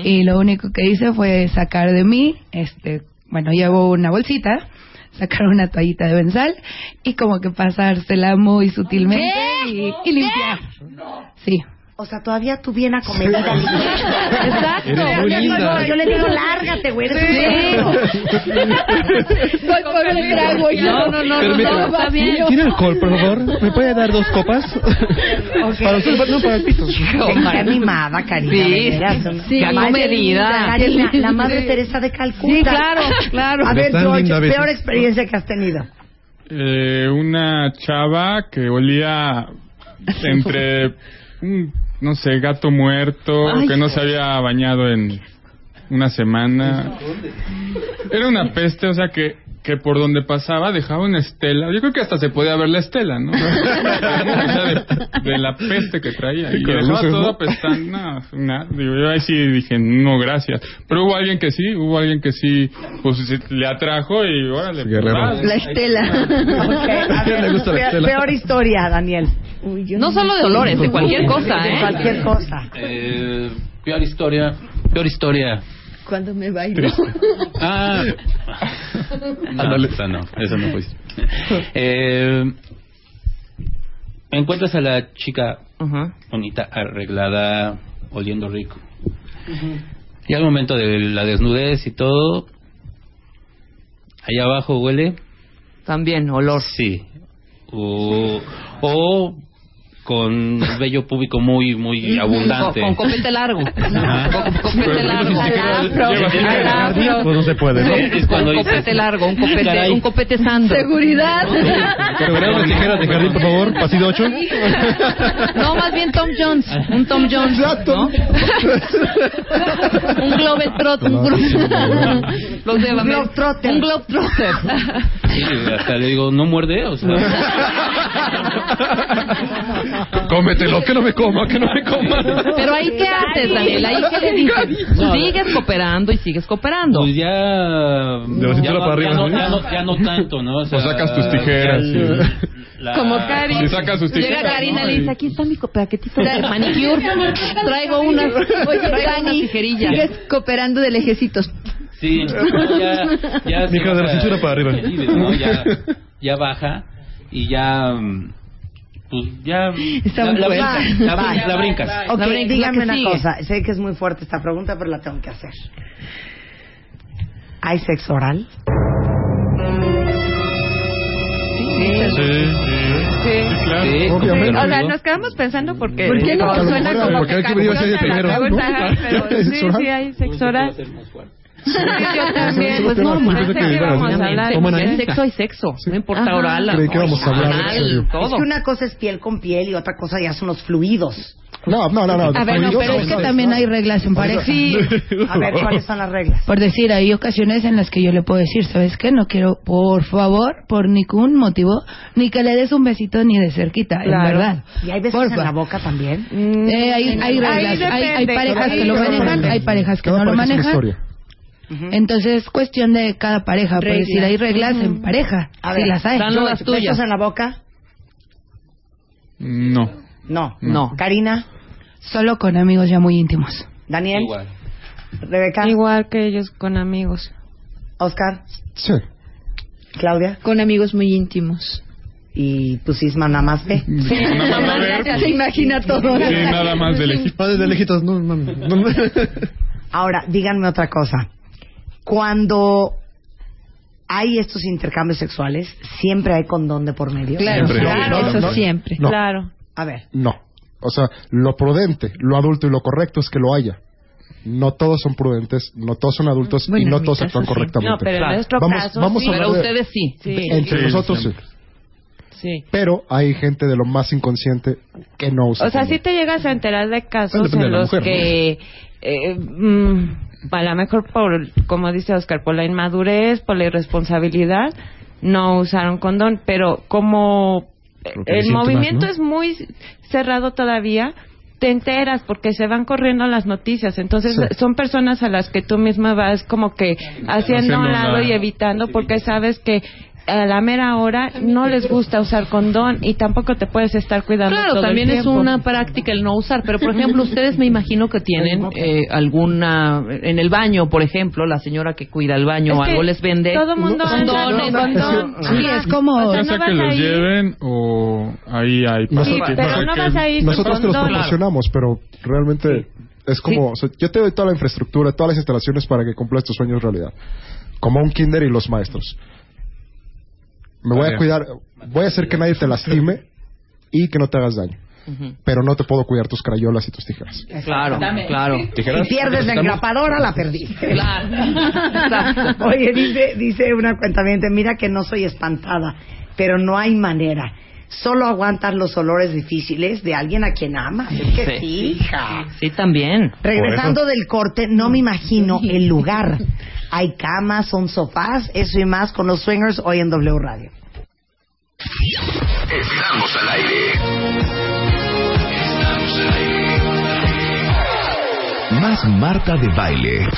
Speaker 10: y lo único que hice fue sacar de mí, este, bueno, llevo una bolsita, [laughs] sacar una toallita de benzal y como que pasársela muy sutilmente y, y limpiar. Sí.
Speaker 4: O sea, todavía tú bien acomedida. Exacto.
Speaker 10: Eres muy
Speaker 4: Yo le digo-
Speaker 10: linda.
Speaker 4: Yo le digo, lárgate, güey. eres un
Speaker 10: Voy por un trago yo.
Speaker 2: No, no, no,
Speaker 13: Permítame.
Speaker 2: no, no, está bien.
Speaker 13: ¿Tiene alcohol, por favor? ¿Me
Speaker 6: [laughs]
Speaker 13: puede dar dos copas? Para usted, no, para el pito.
Speaker 4: Está animada, Karina.
Speaker 13: Sí,
Speaker 4: de veras.
Speaker 13: sí,
Speaker 4: Qué
Speaker 13: comedida.
Speaker 4: linda, Karina, la madre
Speaker 13: Sí.
Speaker 4: Teresa de Calcuta.
Speaker 13: Sí, claro, claro.
Speaker 4: A ver,
Speaker 12: Está
Speaker 4: George,
Speaker 12: linda a veces.
Speaker 4: peor experiencia que has tenido.
Speaker 12: Eh, una chava que olía entre, mm, no sé, gato muerto,
Speaker 2: Ay,
Speaker 12: que no se había bañado en una semana. Era una peste, o sea que que por donde pasaba dejaba una estela. Yo creo que hasta se podía ver la estela, ¿no? [laughs] O sea, de, de la peste que traía. Y
Speaker 13: Con las
Speaker 12: dejaba
Speaker 13: luces,
Speaker 12: todo
Speaker 13: ¿no?
Speaker 12: apestando. No, nada. Digo, yo ahí sí dije, no, gracias. Pero hubo alguien que sí, hubo alguien que sí, pues se- le atrajo y órale. pues, vas.
Speaker 11: La estela.
Speaker 4: Ok, a
Speaker 12: [laughs]
Speaker 4: ver,
Speaker 12: Le gusta la
Speaker 4: peor,
Speaker 12: estela.
Speaker 4: peor historia, Daniel.
Speaker 6: No solo de olores, de cualquier cosa,
Speaker 4: De
Speaker 6: ¿eh?
Speaker 4: cualquier cosa.
Speaker 7: Eh, peor historia. Peor historia.
Speaker 11: Cuando me bailo. [laughs]
Speaker 4: [laughs]
Speaker 7: Ah. No, esa no, esa no fue. Eh, encuentras a la chica bonita, arreglada, oliendo rico. Y al momento de la desnudez y todo, allá abajo huele.
Speaker 6: También, olor.
Speaker 7: Sí. O, o con vello público muy,
Speaker 6: [laughs]
Speaker 7: muy abundante.
Speaker 6: Con, con copete largo.
Speaker 7: Ajá.
Speaker 6: Con copete largo. Al afro.
Speaker 7: Pues no se puede, ¿no? Es cuando
Speaker 6: Un
Speaker 7: dices-
Speaker 6: copete largo, un copete,
Speaker 7: Caray.
Speaker 6: un copete santo. Seguridad.
Speaker 13: Pero tijeras de jardín, por favor, pasillo 8.
Speaker 6: [laughs] No, más bien Tom Jones. Un Tom Jones. ¿no? un Globetrot. Un gro- [laughs] Los de Globetrotter. Un Globetrotter.
Speaker 7: Sí, hasta le digo, no muerde, o
Speaker 6: [laughs]
Speaker 7: sea. Cómetelo, que no me coma, que no me coma.
Speaker 6: [laughs] Pero ahí qué haces, Daniel. Ahí qué le dices.
Speaker 7: No.
Speaker 6: Sigues cooperando y sigues cooperando.
Speaker 7: Pues ya.
Speaker 13: De la cintura
Speaker 7: ya,
Speaker 13: para
Speaker 7: ya
Speaker 13: arriba,
Speaker 7: no,
Speaker 13: ¿no?
Speaker 7: ya, no, ya no
Speaker 13: [laughs]
Speaker 7: tanto, ¿no? O sea,
Speaker 13: sacas tus tijeras,
Speaker 7: ya el-
Speaker 13: sí.
Speaker 7: la-
Speaker 6: [laughs] Como Cari.
Speaker 7: Sí, saca sus
Speaker 6: Llega
Speaker 7: tijeras,
Speaker 6: Karina y
Speaker 7: ¿no?
Speaker 6: le dice, aquí está mi paquetito de manicure. Traigo unas,
Speaker 11: Oye,
Speaker 6: traigo unas
Speaker 11: Dani,
Speaker 6: tijerillas.
Speaker 11: sigues cooperando de lejecitos.
Speaker 7: Sí, ya. ya
Speaker 13: [laughs]
Speaker 7: se
Speaker 13: Mija, de la
Speaker 7: baja
Speaker 13: cintura para arriba. [laughs]
Speaker 7: el líder, ¿no? Ya, ya baja y ya. mm, Pues ya.
Speaker 4: Está
Speaker 7: la,
Speaker 4: muy
Speaker 7: la,
Speaker 4: bueno.
Speaker 7: brincas, la,
Speaker 4: Va,
Speaker 7: brincas,
Speaker 4: va.
Speaker 7: la brincas.
Speaker 4: Ok,
Speaker 6: La brincas, la
Speaker 4: dígame
Speaker 6: que
Speaker 4: una
Speaker 6: sigue.
Speaker 4: cosa. Sé que es muy fuerte esta pregunta, pero la tengo que hacer. ¿Hay sexo oral?
Speaker 14: Sí.
Speaker 7: Sí,
Speaker 14: Obviamente.
Speaker 7: como-
Speaker 14: O sea, nos quedamos pensando porque...
Speaker 7: ¿Por qué no?
Speaker 14: porque suena
Speaker 7: Porque
Speaker 14: como
Speaker 7: hay que
Speaker 14: que
Speaker 7: venir a hacer de
Speaker 14: calculan las
Speaker 7: primero, ¿no?
Speaker 14: cosas, ajá, pero
Speaker 7: ¿Es
Speaker 14: sí,
Speaker 7: oral?
Speaker 14: sí, hay sexo oral. Sí, yo
Speaker 6: También,
Speaker 14: también.
Speaker 6: pues no,
Speaker 14: normal.
Speaker 6: pensé que íbamos a hablar.
Speaker 13: Toman
Speaker 6: El
Speaker 13: ahí.
Speaker 6: sexo hay sexo. No importa
Speaker 4: Ajá.
Speaker 6: oral.
Speaker 13: Creí que íbamos a hablar de
Speaker 6: anal,
Speaker 13: sexo.
Speaker 6: todo.
Speaker 4: Es que una cosa es piel con piel y otra cosa ya son los fluidos.
Speaker 8: No, no, no. no
Speaker 10: A ver, no, pero es que también hay reglas en
Speaker 4: [laughs]
Speaker 10: pareja.
Speaker 4: Sí.
Speaker 13: [laughs]
Speaker 4: A ver, ¿cuáles son las reglas?
Speaker 10: Por decir, hay ocasiones en las que yo le puedo decir, ¿sabes qué? No quiero, por favor, por ningún motivo, ni que le des un besito ni de cerquita,
Speaker 4: Claro. Mm.
Speaker 10: en verdad.
Speaker 4: ¿Y hay besos en la boca también?
Speaker 10: Eh, hay, hay reglas, hay, hay parejas que lo manejan, hay parejas que no lo manejan. Entonces, es cuestión de cada pareja, por
Speaker 4: Reglas. Mm.
Speaker 10: decir, hay reglas en pareja,
Speaker 4: A
Speaker 10: si
Speaker 4: ver,
Speaker 10: las hay.
Speaker 4: George, ¿Besos en la boca?
Speaker 12: No.
Speaker 4: No. No. Karina,
Speaker 10: Solo con amigos ya muy íntimos.
Speaker 4: Daniel,
Speaker 10: Igual.
Speaker 4: Rebeca.
Speaker 9: Igual que ellos con amigos.
Speaker 4: Oscar,
Speaker 8: Sí.
Speaker 4: Claudia.
Speaker 11: Con amigos muy íntimos.
Speaker 4: Y tu cisma nada más ve. [laughs]
Speaker 11: Nada más
Speaker 4: Gracias.
Speaker 11: Se imagina todo.
Speaker 12: más de
Speaker 13: lejitos. Más de lejitos, no, mami.
Speaker 4: Ahora, díganme otra cosa. Cuando hay estos intercambios sexuales, siempre hay condón de por medio.
Speaker 8: Claro, Siempre. claro, No, no, eso no. siempre. No.
Speaker 4: Claro. A ver.
Speaker 8: No. O sea, lo prudente, lo adulto y lo correcto es que lo haya. No todos son prudentes, no todos son adultos y no todos actúan correctamente.
Speaker 9: No, pero en nuestro
Speaker 8: vamos,
Speaker 9: caso
Speaker 8: vamos
Speaker 9: sí.
Speaker 8: a hablar de-
Speaker 6: sí.
Speaker 8: Entre nosotros sí.
Speaker 9: Sí.
Speaker 8: Pero hay gente de lo más inconsciente que no usa.
Speaker 9: O sea, sí te llegas a enterar de casos
Speaker 8: Depende de
Speaker 9: en
Speaker 8: la
Speaker 9: los
Speaker 8: mujer, ¿no?
Speaker 9: que, eh, mm, a lo mejor por, como dice Oscar, por la inmadurez, por la irresponsabilidad, no usaron condón, pero como eh,
Speaker 15: Porque hay
Speaker 9: el
Speaker 15: síntomas,
Speaker 9: movimiento
Speaker 15: ¿no?
Speaker 9: es muy cerrado todavía, te enteras porque se van corriendo las noticias. Entonces
Speaker 15: Sí.
Speaker 9: son personas a las que tú misma vas como que haciendo
Speaker 15: Haciendo
Speaker 9: a un lado
Speaker 15: la-
Speaker 9: y evitando porque sabes que a la mera hora no les gusta usar condón y tampoco te puedes estar cuidando
Speaker 6: Claro,
Speaker 9: todo el
Speaker 6: también es
Speaker 9: tiempo.
Speaker 6: una práctica el no usar, pero por ejemplo, ustedes me imagino que tienen eh, alguna en el baño, por ejemplo, la señora que cuida el baño
Speaker 9: Es
Speaker 6: o
Speaker 9: que
Speaker 6: algo les vende.
Speaker 9: todo mundo anda
Speaker 6: condones,
Speaker 9: con
Speaker 6: condón.
Speaker 9: condón. Sí, es
Speaker 10: como-
Speaker 9: O
Speaker 12: Ya
Speaker 9: sea, no
Speaker 12: sea
Speaker 9: vas
Speaker 12: que los
Speaker 9: ahí.
Speaker 12: lleven o ahí hay
Speaker 8: Nosotros-
Speaker 12: pasaportes
Speaker 9: pero
Speaker 12: para
Speaker 9: no
Speaker 12: que-
Speaker 9: vas a ir
Speaker 8: Nosotros te los proporcionamos, pero realmente es como, o sea, yo te doy toda la infraestructura, todas las instalaciones para que cumplas tus sueños realidad. Como un kinder y los maestros. Me voy a
Speaker 16: Ah,
Speaker 8: cuidar, voy a hacer que nadie te lastime y que no te hagas daño. Pero no te puedo cuidar tus crayolas y tus tijeras.
Speaker 6: Claro, claro.
Speaker 4: Si pierdes la engrapadora, la perdiste.
Speaker 6: Exacto.
Speaker 4: Oye, dice, dice una cuenta mira que no soy espantada, pero no hay manera. Solo aguantas los olores difíciles de alguien a quien amas. Es que sí, hija.
Speaker 6: Sí, también.
Speaker 4: Regresando del corte, no me imagino el lugar. Hay camas, son sofás, eso y más con los swingers hoy en W Radio.
Speaker 3: Estamos al aire. Estamos al aire. Más Marta de Baile.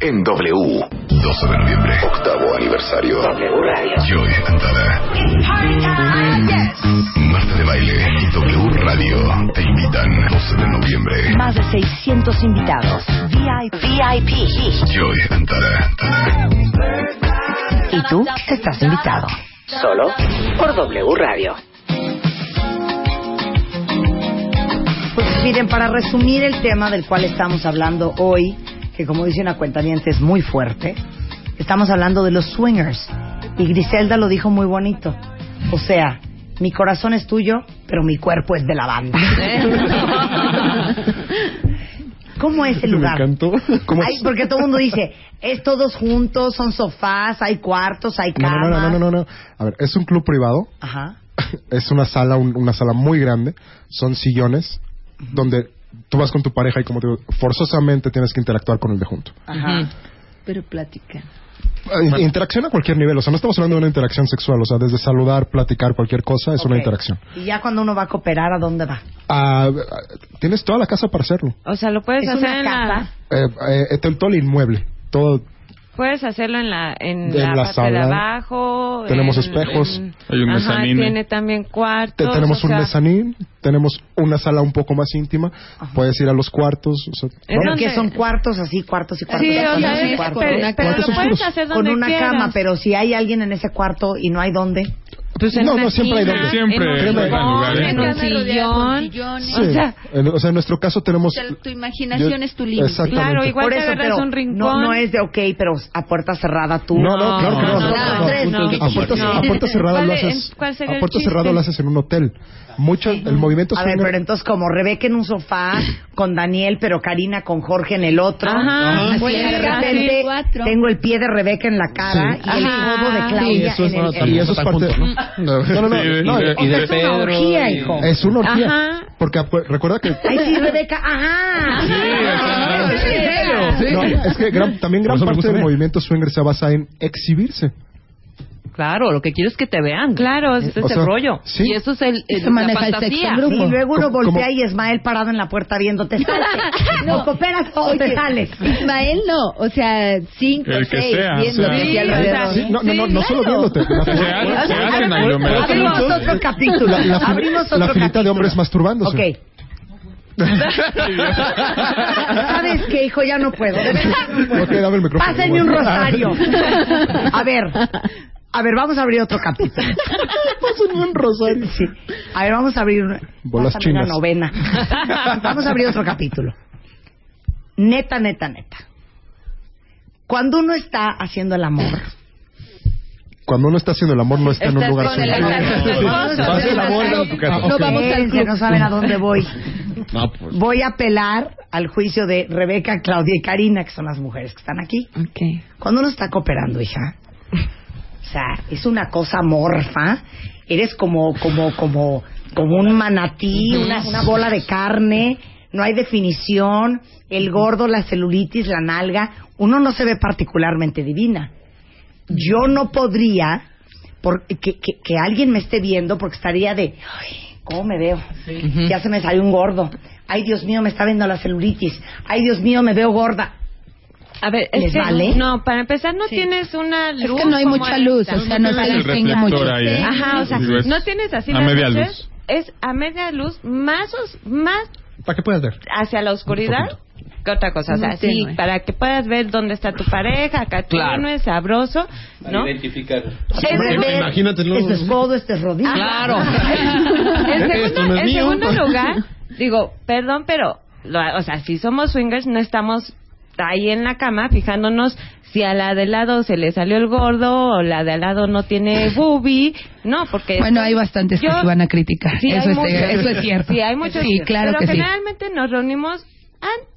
Speaker 3: En W. 12 de noviembre. Octavo aniversario. W Radio. Joy Antara. Marta de Baile y W Radio te invitan. 12 de noviembre.
Speaker 4: Más de 600 invitados. VIP.
Speaker 3: Joy Antara.
Speaker 4: Y tú estás invitado. Solo por W Radio. Pues miren, para resumir el tema del cual estamos hablando hoy, que como dice una cuenta es muy fuerte, estamos hablando de los swingers. Y Griselda lo dijo muy bonito. O sea, mi corazón es tuyo, pero mi cuerpo es de
Speaker 8: [laughs]
Speaker 4: la banda. ¿Cómo es el lugar?
Speaker 8: ¿Cómo
Speaker 4: Ay, porque todo el mundo dice, es todos juntos, son sofás, hay cuartos, hay
Speaker 8: No, no,
Speaker 4: camas.
Speaker 8: no, no, no, no, no. A ver, es un club privado.
Speaker 4: Ajá.
Speaker 8: [laughs] es una sala, un- una sala muy grande, son sillones donde tú vas con tu pareja y como te digo, forzosamente tienes que interactuar con el de junto.
Speaker 11: Ajá. Pero platica.
Speaker 8: Eh, Interacción a cualquier nivel, o sea, no estamos hablando de una interacción sexual, o sea, desde saludar, platicar, cualquier cosa, es una
Speaker 4: Ok.
Speaker 8: interacción.
Speaker 4: Y ya cuando uno va a cooperar, ¿a dónde va?
Speaker 8: Ah, tienes toda la casa para hacerlo,
Speaker 9: O sea, lo puedes
Speaker 4: ¿Es
Speaker 9: hacer
Speaker 4: una
Speaker 9: en la,
Speaker 8: eh, eh, todo el inmueble, todo,
Speaker 9: [laughs] puedes hacerlo en la en,
Speaker 8: En
Speaker 9: la,
Speaker 8: la
Speaker 9: parte de
Speaker 8: sala.
Speaker 9: abajo.
Speaker 8: tenemos
Speaker 9: en-
Speaker 8: espejos,
Speaker 9: en- Ajá, tiene también
Speaker 8: Te-
Speaker 9: cuartos.
Speaker 8: tenemos
Speaker 9: o
Speaker 8: un
Speaker 9: sea,
Speaker 8: mezanín, tenemos una sala un poco más íntima, puedes ir a los cuartos, o sea, ¿no?
Speaker 4: Pero que son cuartos así, cuartos y cuartos.
Speaker 9: Sí,
Speaker 4: cuartos
Speaker 9: o sea,
Speaker 4: y
Speaker 9: es-
Speaker 4: cuartos.
Speaker 9: pero- pero
Speaker 4: Cuartos
Speaker 9: lo puedes
Speaker 4: oscuros.
Speaker 9: hacer
Speaker 4: Con
Speaker 9: donde
Speaker 4: una
Speaker 9: quieras.
Speaker 4: cama, pero si hay alguien en ese cuarto y no hay dónde.
Speaker 9: Pues en
Speaker 8: no,
Speaker 9: una
Speaker 8: no, siempre hay
Speaker 9: esquina,
Speaker 8: donde.
Speaker 9: en un
Speaker 8: Créeme.
Speaker 9: rincón, en un
Speaker 11: con
Speaker 9: sillón.
Speaker 11: sillones.
Speaker 8: Sí, en- o sea, en nuestro caso tenemos
Speaker 11: Tu imaginación
Speaker 8: Yo-
Speaker 11: es tu límite.
Speaker 8: Exactamente. Claro, igual
Speaker 4: Por
Speaker 8: te
Speaker 4: eso,
Speaker 8: agarras
Speaker 4: pero
Speaker 8: un rincón.
Speaker 4: No, no es de ok, pero a puerta cerrada tú.
Speaker 8: No, no, claro que no. no, no, no,
Speaker 4: tres,
Speaker 8: no,
Speaker 4: no.
Speaker 8: A puerta, a puerta cerrada
Speaker 4: ¿Cuál
Speaker 8: lo
Speaker 4: es-
Speaker 8: haces.
Speaker 4: cuál sería
Speaker 8: A
Speaker 4: el
Speaker 8: puerta
Speaker 4: chiste?
Speaker 8: cerrada lo haces en un hotel. Mucho el movimiento
Speaker 4: A ver,
Speaker 8: swinger-
Speaker 4: pero entonces como Rebeca en un sofá, con Daniel, pero Karina con Jorge en el otro. Ah,
Speaker 11: Ajá,
Speaker 4: Así
Speaker 11: bueno,
Speaker 4: de
Speaker 11: casi
Speaker 4: repente
Speaker 11: cuatro.
Speaker 4: tengo el pie de Rebeca en la cara
Speaker 11: Sí.
Speaker 4: y el
Speaker 11: Ajá.
Speaker 4: codo de Claudia
Speaker 8: Sí, eso es-
Speaker 4: en el... Mm.
Speaker 8: y eso es parte no no no, no,
Speaker 16: Sí,
Speaker 8: no,
Speaker 16: y de- y de
Speaker 8: es una
Speaker 16: Pedro,
Speaker 8: orgía,
Speaker 16: y-
Speaker 8: hijo. es una orgía
Speaker 4: Ajá.
Speaker 8: porque apu- recuerda que
Speaker 4: Ay, sí, Ah, Rebeca, ajá.
Speaker 8: No, es que gran- también gran parte del movimiento swinger se basa en exhibirse
Speaker 6: Claro, lo que quiero es que te vean. Claro, es
Speaker 8: o
Speaker 6: ese
Speaker 8: sea,
Speaker 6: rollo.
Speaker 8: sí.
Speaker 6: Y eso es el, el-
Speaker 4: Eso
Speaker 6: la fantasía.
Speaker 4: Y luego uno voltea [laughs] y Ismael parado en la puerta
Speaker 11: [laughs]
Speaker 4: viéndote. No, o cooperas o te
Speaker 11: Oye,
Speaker 4: sales.
Speaker 11: Ismael no, o sea, cinco,
Speaker 8: El que
Speaker 11: seis,
Speaker 8: sea,
Speaker 11: viendo
Speaker 8: o sea.
Speaker 11: hacia
Speaker 8: Sí, o
Speaker 11: alrededor.
Speaker 8: sea, Sí, no, no, no, no solo viéndote. La-
Speaker 4: Se ha- se hacen aglomeraciones. Abrimos otro capítulo,
Speaker 8: La, la,
Speaker 4: abrimos otro
Speaker 8: la filita de
Speaker 4: capítulo.
Speaker 8: hombres masturbándose.
Speaker 4: Ok. ¿Sabes qué, hijo? Ya no puedo. de verdad no puedo.
Speaker 8: Ok, dame el micrófono.
Speaker 4: Pásenme un rosario. A ver, a ver, vamos a abrir otro capítulo. Pásenme un rosario. Sí. A ver, vamos a abrir una,
Speaker 8: Bolas
Speaker 4: pásame una
Speaker 8: chinas.
Speaker 4: novena. Vamos a abrir otro capítulo. Neta, neta, neta. Cuando uno está haciendo el amor,
Speaker 8: Cuando uno está haciendo el amor, no está en un
Speaker 4: Estás
Speaker 8: lugar
Speaker 4: con el exacto,
Speaker 8: swinger.
Speaker 4: esposo.
Speaker 8: Vas a la bola a tu casa.
Speaker 4: No vamos al club. No saben a dónde voy.
Speaker 7: No, pues.
Speaker 4: Voy a apelar al juicio de Rebeca, Claudia y Karina, que son las mujeres que están aquí. Cuando uno está cooperando, hija, o sea, es una cosa morfa eres como, como, como, como un manatí,
Speaker 15: Ujú.
Speaker 4: una, una bola de carne, no hay definición, el gordo, la celulitis, la nalga, uno no se ve particularmente divina. Yo no podría por- que, que- que alguien me esté viendo porque estaría de, "Ay, ¿cómo me veo? Ya se me salió un gordo. Ay, Dios mío, me está viendo la celulitis. Ay, Dios mío, me veo gorda.
Speaker 9: A ver,
Speaker 4: ¿Les
Speaker 9: que-
Speaker 4: vale?
Speaker 9: No, para empezar no tienes una
Speaker 4: que
Speaker 9: luz.
Speaker 4: no hay
Speaker 9: como
Speaker 4: mucha luz,
Speaker 9: esta.
Speaker 4: o sea, no No se tienes el distingue reflector mucho. ahí, ¿eh?
Speaker 9: Ajá, o sea,
Speaker 13: Digo, es
Speaker 9: no tienes así
Speaker 13: a
Speaker 9: las
Speaker 13: media
Speaker 9: luces,
Speaker 13: luz.
Speaker 9: Es a media luz más os- más
Speaker 13: ¿Para qué puedas ver?
Speaker 9: hacia la oscuridad que otra cosa. O sea,
Speaker 13: No
Speaker 9: sí,
Speaker 13: tenue.
Speaker 9: para que puedas ver dónde está tu pareja, acá
Speaker 13: Claro.
Speaker 9: tenue, sabroso, ¿no?
Speaker 7: Identificar.
Speaker 9: Hombre, ve-
Speaker 13: Imagínate luego.
Speaker 4: Este es codo, este es rodilla.
Speaker 9: Claro.
Speaker 13: Ah, Esto
Speaker 9: [laughs] en segundo,
Speaker 13: no es
Speaker 9: en
Speaker 13: mío.
Speaker 9: segundo lugar, digo, perdón, pero, lo- o sea, si somos swingers, no estamos ahí en la cama fijándonos si a la de lado se le salió el gordo o la de al lado
Speaker 10: [laughs]
Speaker 9: no tiene boobie, no, porque...
Speaker 10: Bueno, hay bastantes que
Speaker 9: Yo-
Speaker 10: se van a criticar.
Speaker 9: Sí,
Speaker 10: eso,
Speaker 9: hay
Speaker 10: es,
Speaker 9: muchos.
Speaker 10: eso es cierto.
Speaker 9: Sí, hay muchos.
Speaker 10: Sí, claro
Speaker 9: Pero
Speaker 10: que sí.
Speaker 9: generalmente nos reunimos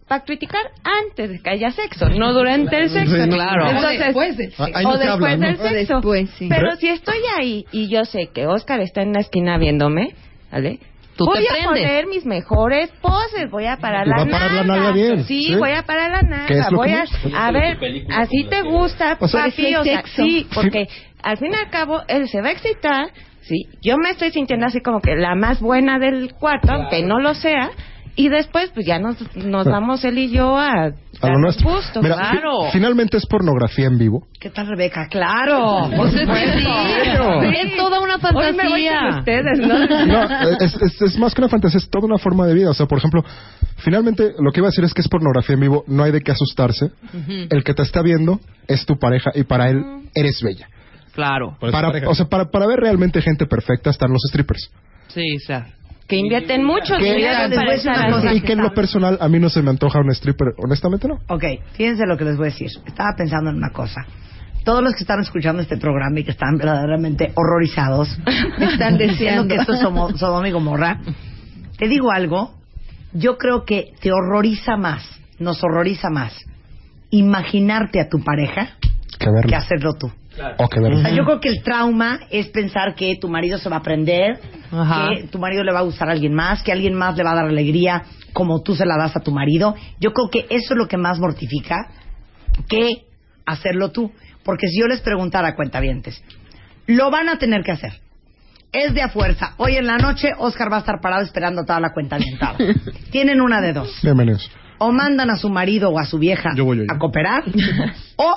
Speaker 9: para criticar antes de que haya sexo, no durante el
Speaker 10: Claro.
Speaker 9: sexo.
Speaker 10: Sí, claro.
Speaker 9: Entonces, Ah,
Speaker 10: O después del sexo.
Speaker 9: o
Speaker 10: Ahí no se
Speaker 9: después
Speaker 10: habla, ¿no?
Speaker 9: del
Speaker 10: O
Speaker 9: sexo.
Speaker 10: después, sí.
Speaker 9: Pero
Speaker 10: Pero-
Speaker 9: si estoy ahí y yo sé que Oscar está en la esquina viéndome, ¿vale?
Speaker 6: Tú te
Speaker 9: voy a
Speaker 6: prendes.
Speaker 9: poner mis mejores poses, voy a parar
Speaker 6: Y
Speaker 9: la
Speaker 6: va a
Speaker 9: nalga.
Speaker 6: parar la nalga bien,
Speaker 9: Sí,
Speaker 6: ¿sí?
Speaker 9: voy a parar la nalga.
Speaker 6: ¿Qué es lo
Speaker 9: voy
Speaker 6: que
Speaker 9: a,
Speaker 6: más?
Speaker 9: a ver, así te gusta,
Speaker 6: O sea,
Speaker 9: papi,
Speaker 6: es
Speaker 9: o sea,
Speaker 6: sexo.
Speaker 9: sí, porque al fin y al cabo él se va a excitar, sí, yo me estoy sintiendo así como que la más buena del cuarto, aunque no lo sea, y después pues ya nos, nos vamos él y yo a,
Speaker 8: A lo nuestro.
Speaker 9: gusto,
Speaker 8: Mira, fi-
Speaker 9: claro.
Speaker 8: finalmente es pornografía en vivo.
Speaker 4: ¿Qué tal, Rebeca? ¡Claro!
Speaker 8: Por supuesto.
Speaker 6: Sí, Es toda una fantasía.
Speaker 9: Hoy me voy con ustedes, ¿no?
Speaker 6: [laughs]
Speaker 8: No, eh, es, es- es más que una fantasía, es toda una forma de vida. O sea, por ejemplo, finalmente lo que iba a decir es que es pornografía en vivo, no hay de qué asustarse.
Speaker 4: Mm.
Speaker 8: El que te está viendo es tu pareja y para él eres bella.
Speaker 6: Claro.
Speaker 8: Para, o sea, para, para ver realmente gente perfecta están los strippers.
Speaker 6: Sí, o sea.
Speaker 9: Que invierten mucho
Speaker 4: Que- les voy a
Speaker 9: dinero para
Speaker 14: pues
Speaker 4: decir una
Speaker 9: estar
Speaker 4: cosa.
Speaker 9: así.
Speaker 8: Y que en lo personal a mí no se me antoja un stripper, honestamente no.
Speaker 4: Ok, fíjense lo que les voy a decir. Estaba pensando en una cosa. Todos los que están escuchando este programa y que están verdaderamente horrorizados,
Speaker 8: [laughs]
Speaker 4: me [laughs] están diciendo que esto es somo- Sodoma y Gomorra. Te digo algo, yo creo que te horroriza más, nos horroriza más imaginarte a tu pareja
Speaker 8: Que verlo.
Speaker 4: que hacerlo tú.
Speaker 8: O que
Speaker 4: O
Speaker 8: verlo.
Speaker 4: sea, yo creo que el trauma es pensar que tu marido se va a prender,
Speaker 8: Ajá.
Speaker 4: que tu marido le va a gustar a alguien más, que alguien más le va a dar alegría como tú se la das a tu marido. Yo creo que eso es lo que más mortifica que hacerlo tú. Porque si yo les preguntara, cuentavientes, lo van a tener que hacer. Es de a fuerza. Hoy en la noche, Oscar va a estar parado esperando a toda la cuenta avientada. Tienen una de dos
Speaker 8: Bienvenidos.
Speaker 4: o mandan a su marido o a su vieja
Speaker 8: Yo voy, yo, yo. [laughs]
Speaker 4: a cooperar, o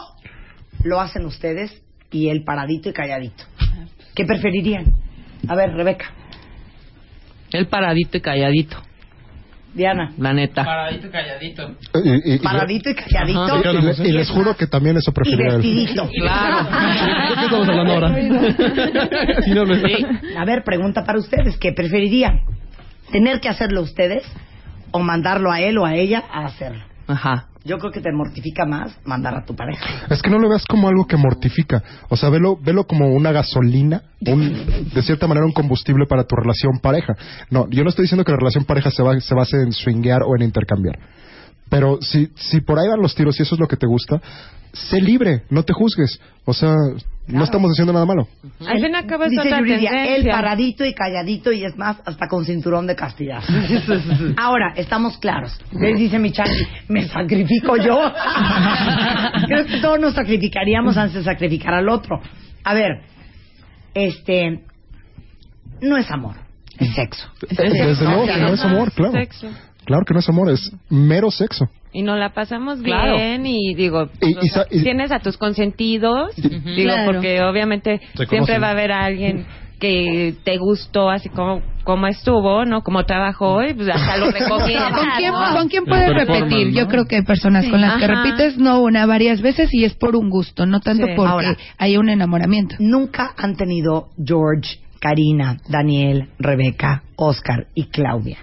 Speaker 4: lo hacen ustedes y él paradito y calladito. ¿Qué preferirían? A ver, Rebeca,
Speaker 6: El paradito y calladito,
Speaker 4: Diana.
Speaker 6: la neta.
Speaker 14: Paradito calladito.
Speaker 12: Eh,
Speaker 8: Y- y- y-
Speaker 4: Paradito y calladito.
Speaker 8: Ajá. Y, le- y les juro que también eso
Speaker 4: Y
Speaker 8: preferiría él.
Speaker 4: vestidito.
Speaker 8: [laughs]
Speaker 6: Claro.
Speaker 13: ¿De qué estamos hablando ahora?
Speaker 8: Sí, no, no.
Speaker 4: A ver, pregunta para ustedes. ¿Qué preferirían? ¿Tener que hacerlo ustedes o mandarlo a él o a ella a hacerlo?
Speaker 6: Ajá.
Speaker 4: Yo creo que te mortifica más mandar a tu pareja.
Speaker 8: Es que no lo veas como algo que mortifica. O sea, velo, velo como una gasolina, un, de cierta manera un combustible para tu relación pareja. No, yo no estoy diciendo que la relación pareja se, va, se base en swinguear o en intercambiar. Pero si, si por ahí van los tiros y eso es lo que te gusta, sé libre, no te juzgues. O sea, no estamos haciendo nada malo.
Speaker 6: Al fin y al cabo es
Speaker 4: Dice
Speaker 6: otra
Speaker 4: Yuridia, él
Speaker 6: tendencia.
Speaker 4: paradito y calladito y es más, hasta con cinturón de castidad. Ahora, estamos claros. Les dice mi chanqui, me sacrifico
Speaker 6: [laughs]
Speaker 4: yo. Creo que todos nos sacrificaríamos antes de sacrificar al otro. A ver, este, no es amor, es sexo.
Speaker 8: Desde luego que no es amor, claro.
Speaker 6: Sexo.
Speaker 8: Claro que no es amor, es mero sexo.
Speaker 6: Y nos la pasamos
Speaker 9: Claro.
Speaker 6: bien y digo,
Speaker 8: Y-
Speaker 6: o
Speaker 8: y
Speaker 6: sea,
Speaker 8: sa- y-
Speaker 6: tienes a tus consentidos, digo,
Speaker 9: Claro.
Speaker 6: porque obviamente
Speaker 9: Se
Speaker 6: siempre
Speaker 9: conocen.
Speaker 6: va a haber a alguien que te gustó así como como estuvo, ¿no? Como trabajó y pues hasta
Speaker 14: [laughs]
Speaker 6: lo recogieron.
Speaker 10: ¿Con quién,
Speaker 6: ¿no?
Speaker 10: con quién puedes repetir? Yo creo que hay personas con las que
Speaker 6: Ajá.
Speaker 10: repites no una, varias veces y es por un gusto, no tanto
Speaker 4: Sí.
Speaker 10: porque
Speaker 4: Ahora.
Speaker 10: hay un enamoramiento.
Speaker 4: Nunca han tenido George, Karina, Daniel, Rebeca, Oscar y Claudia.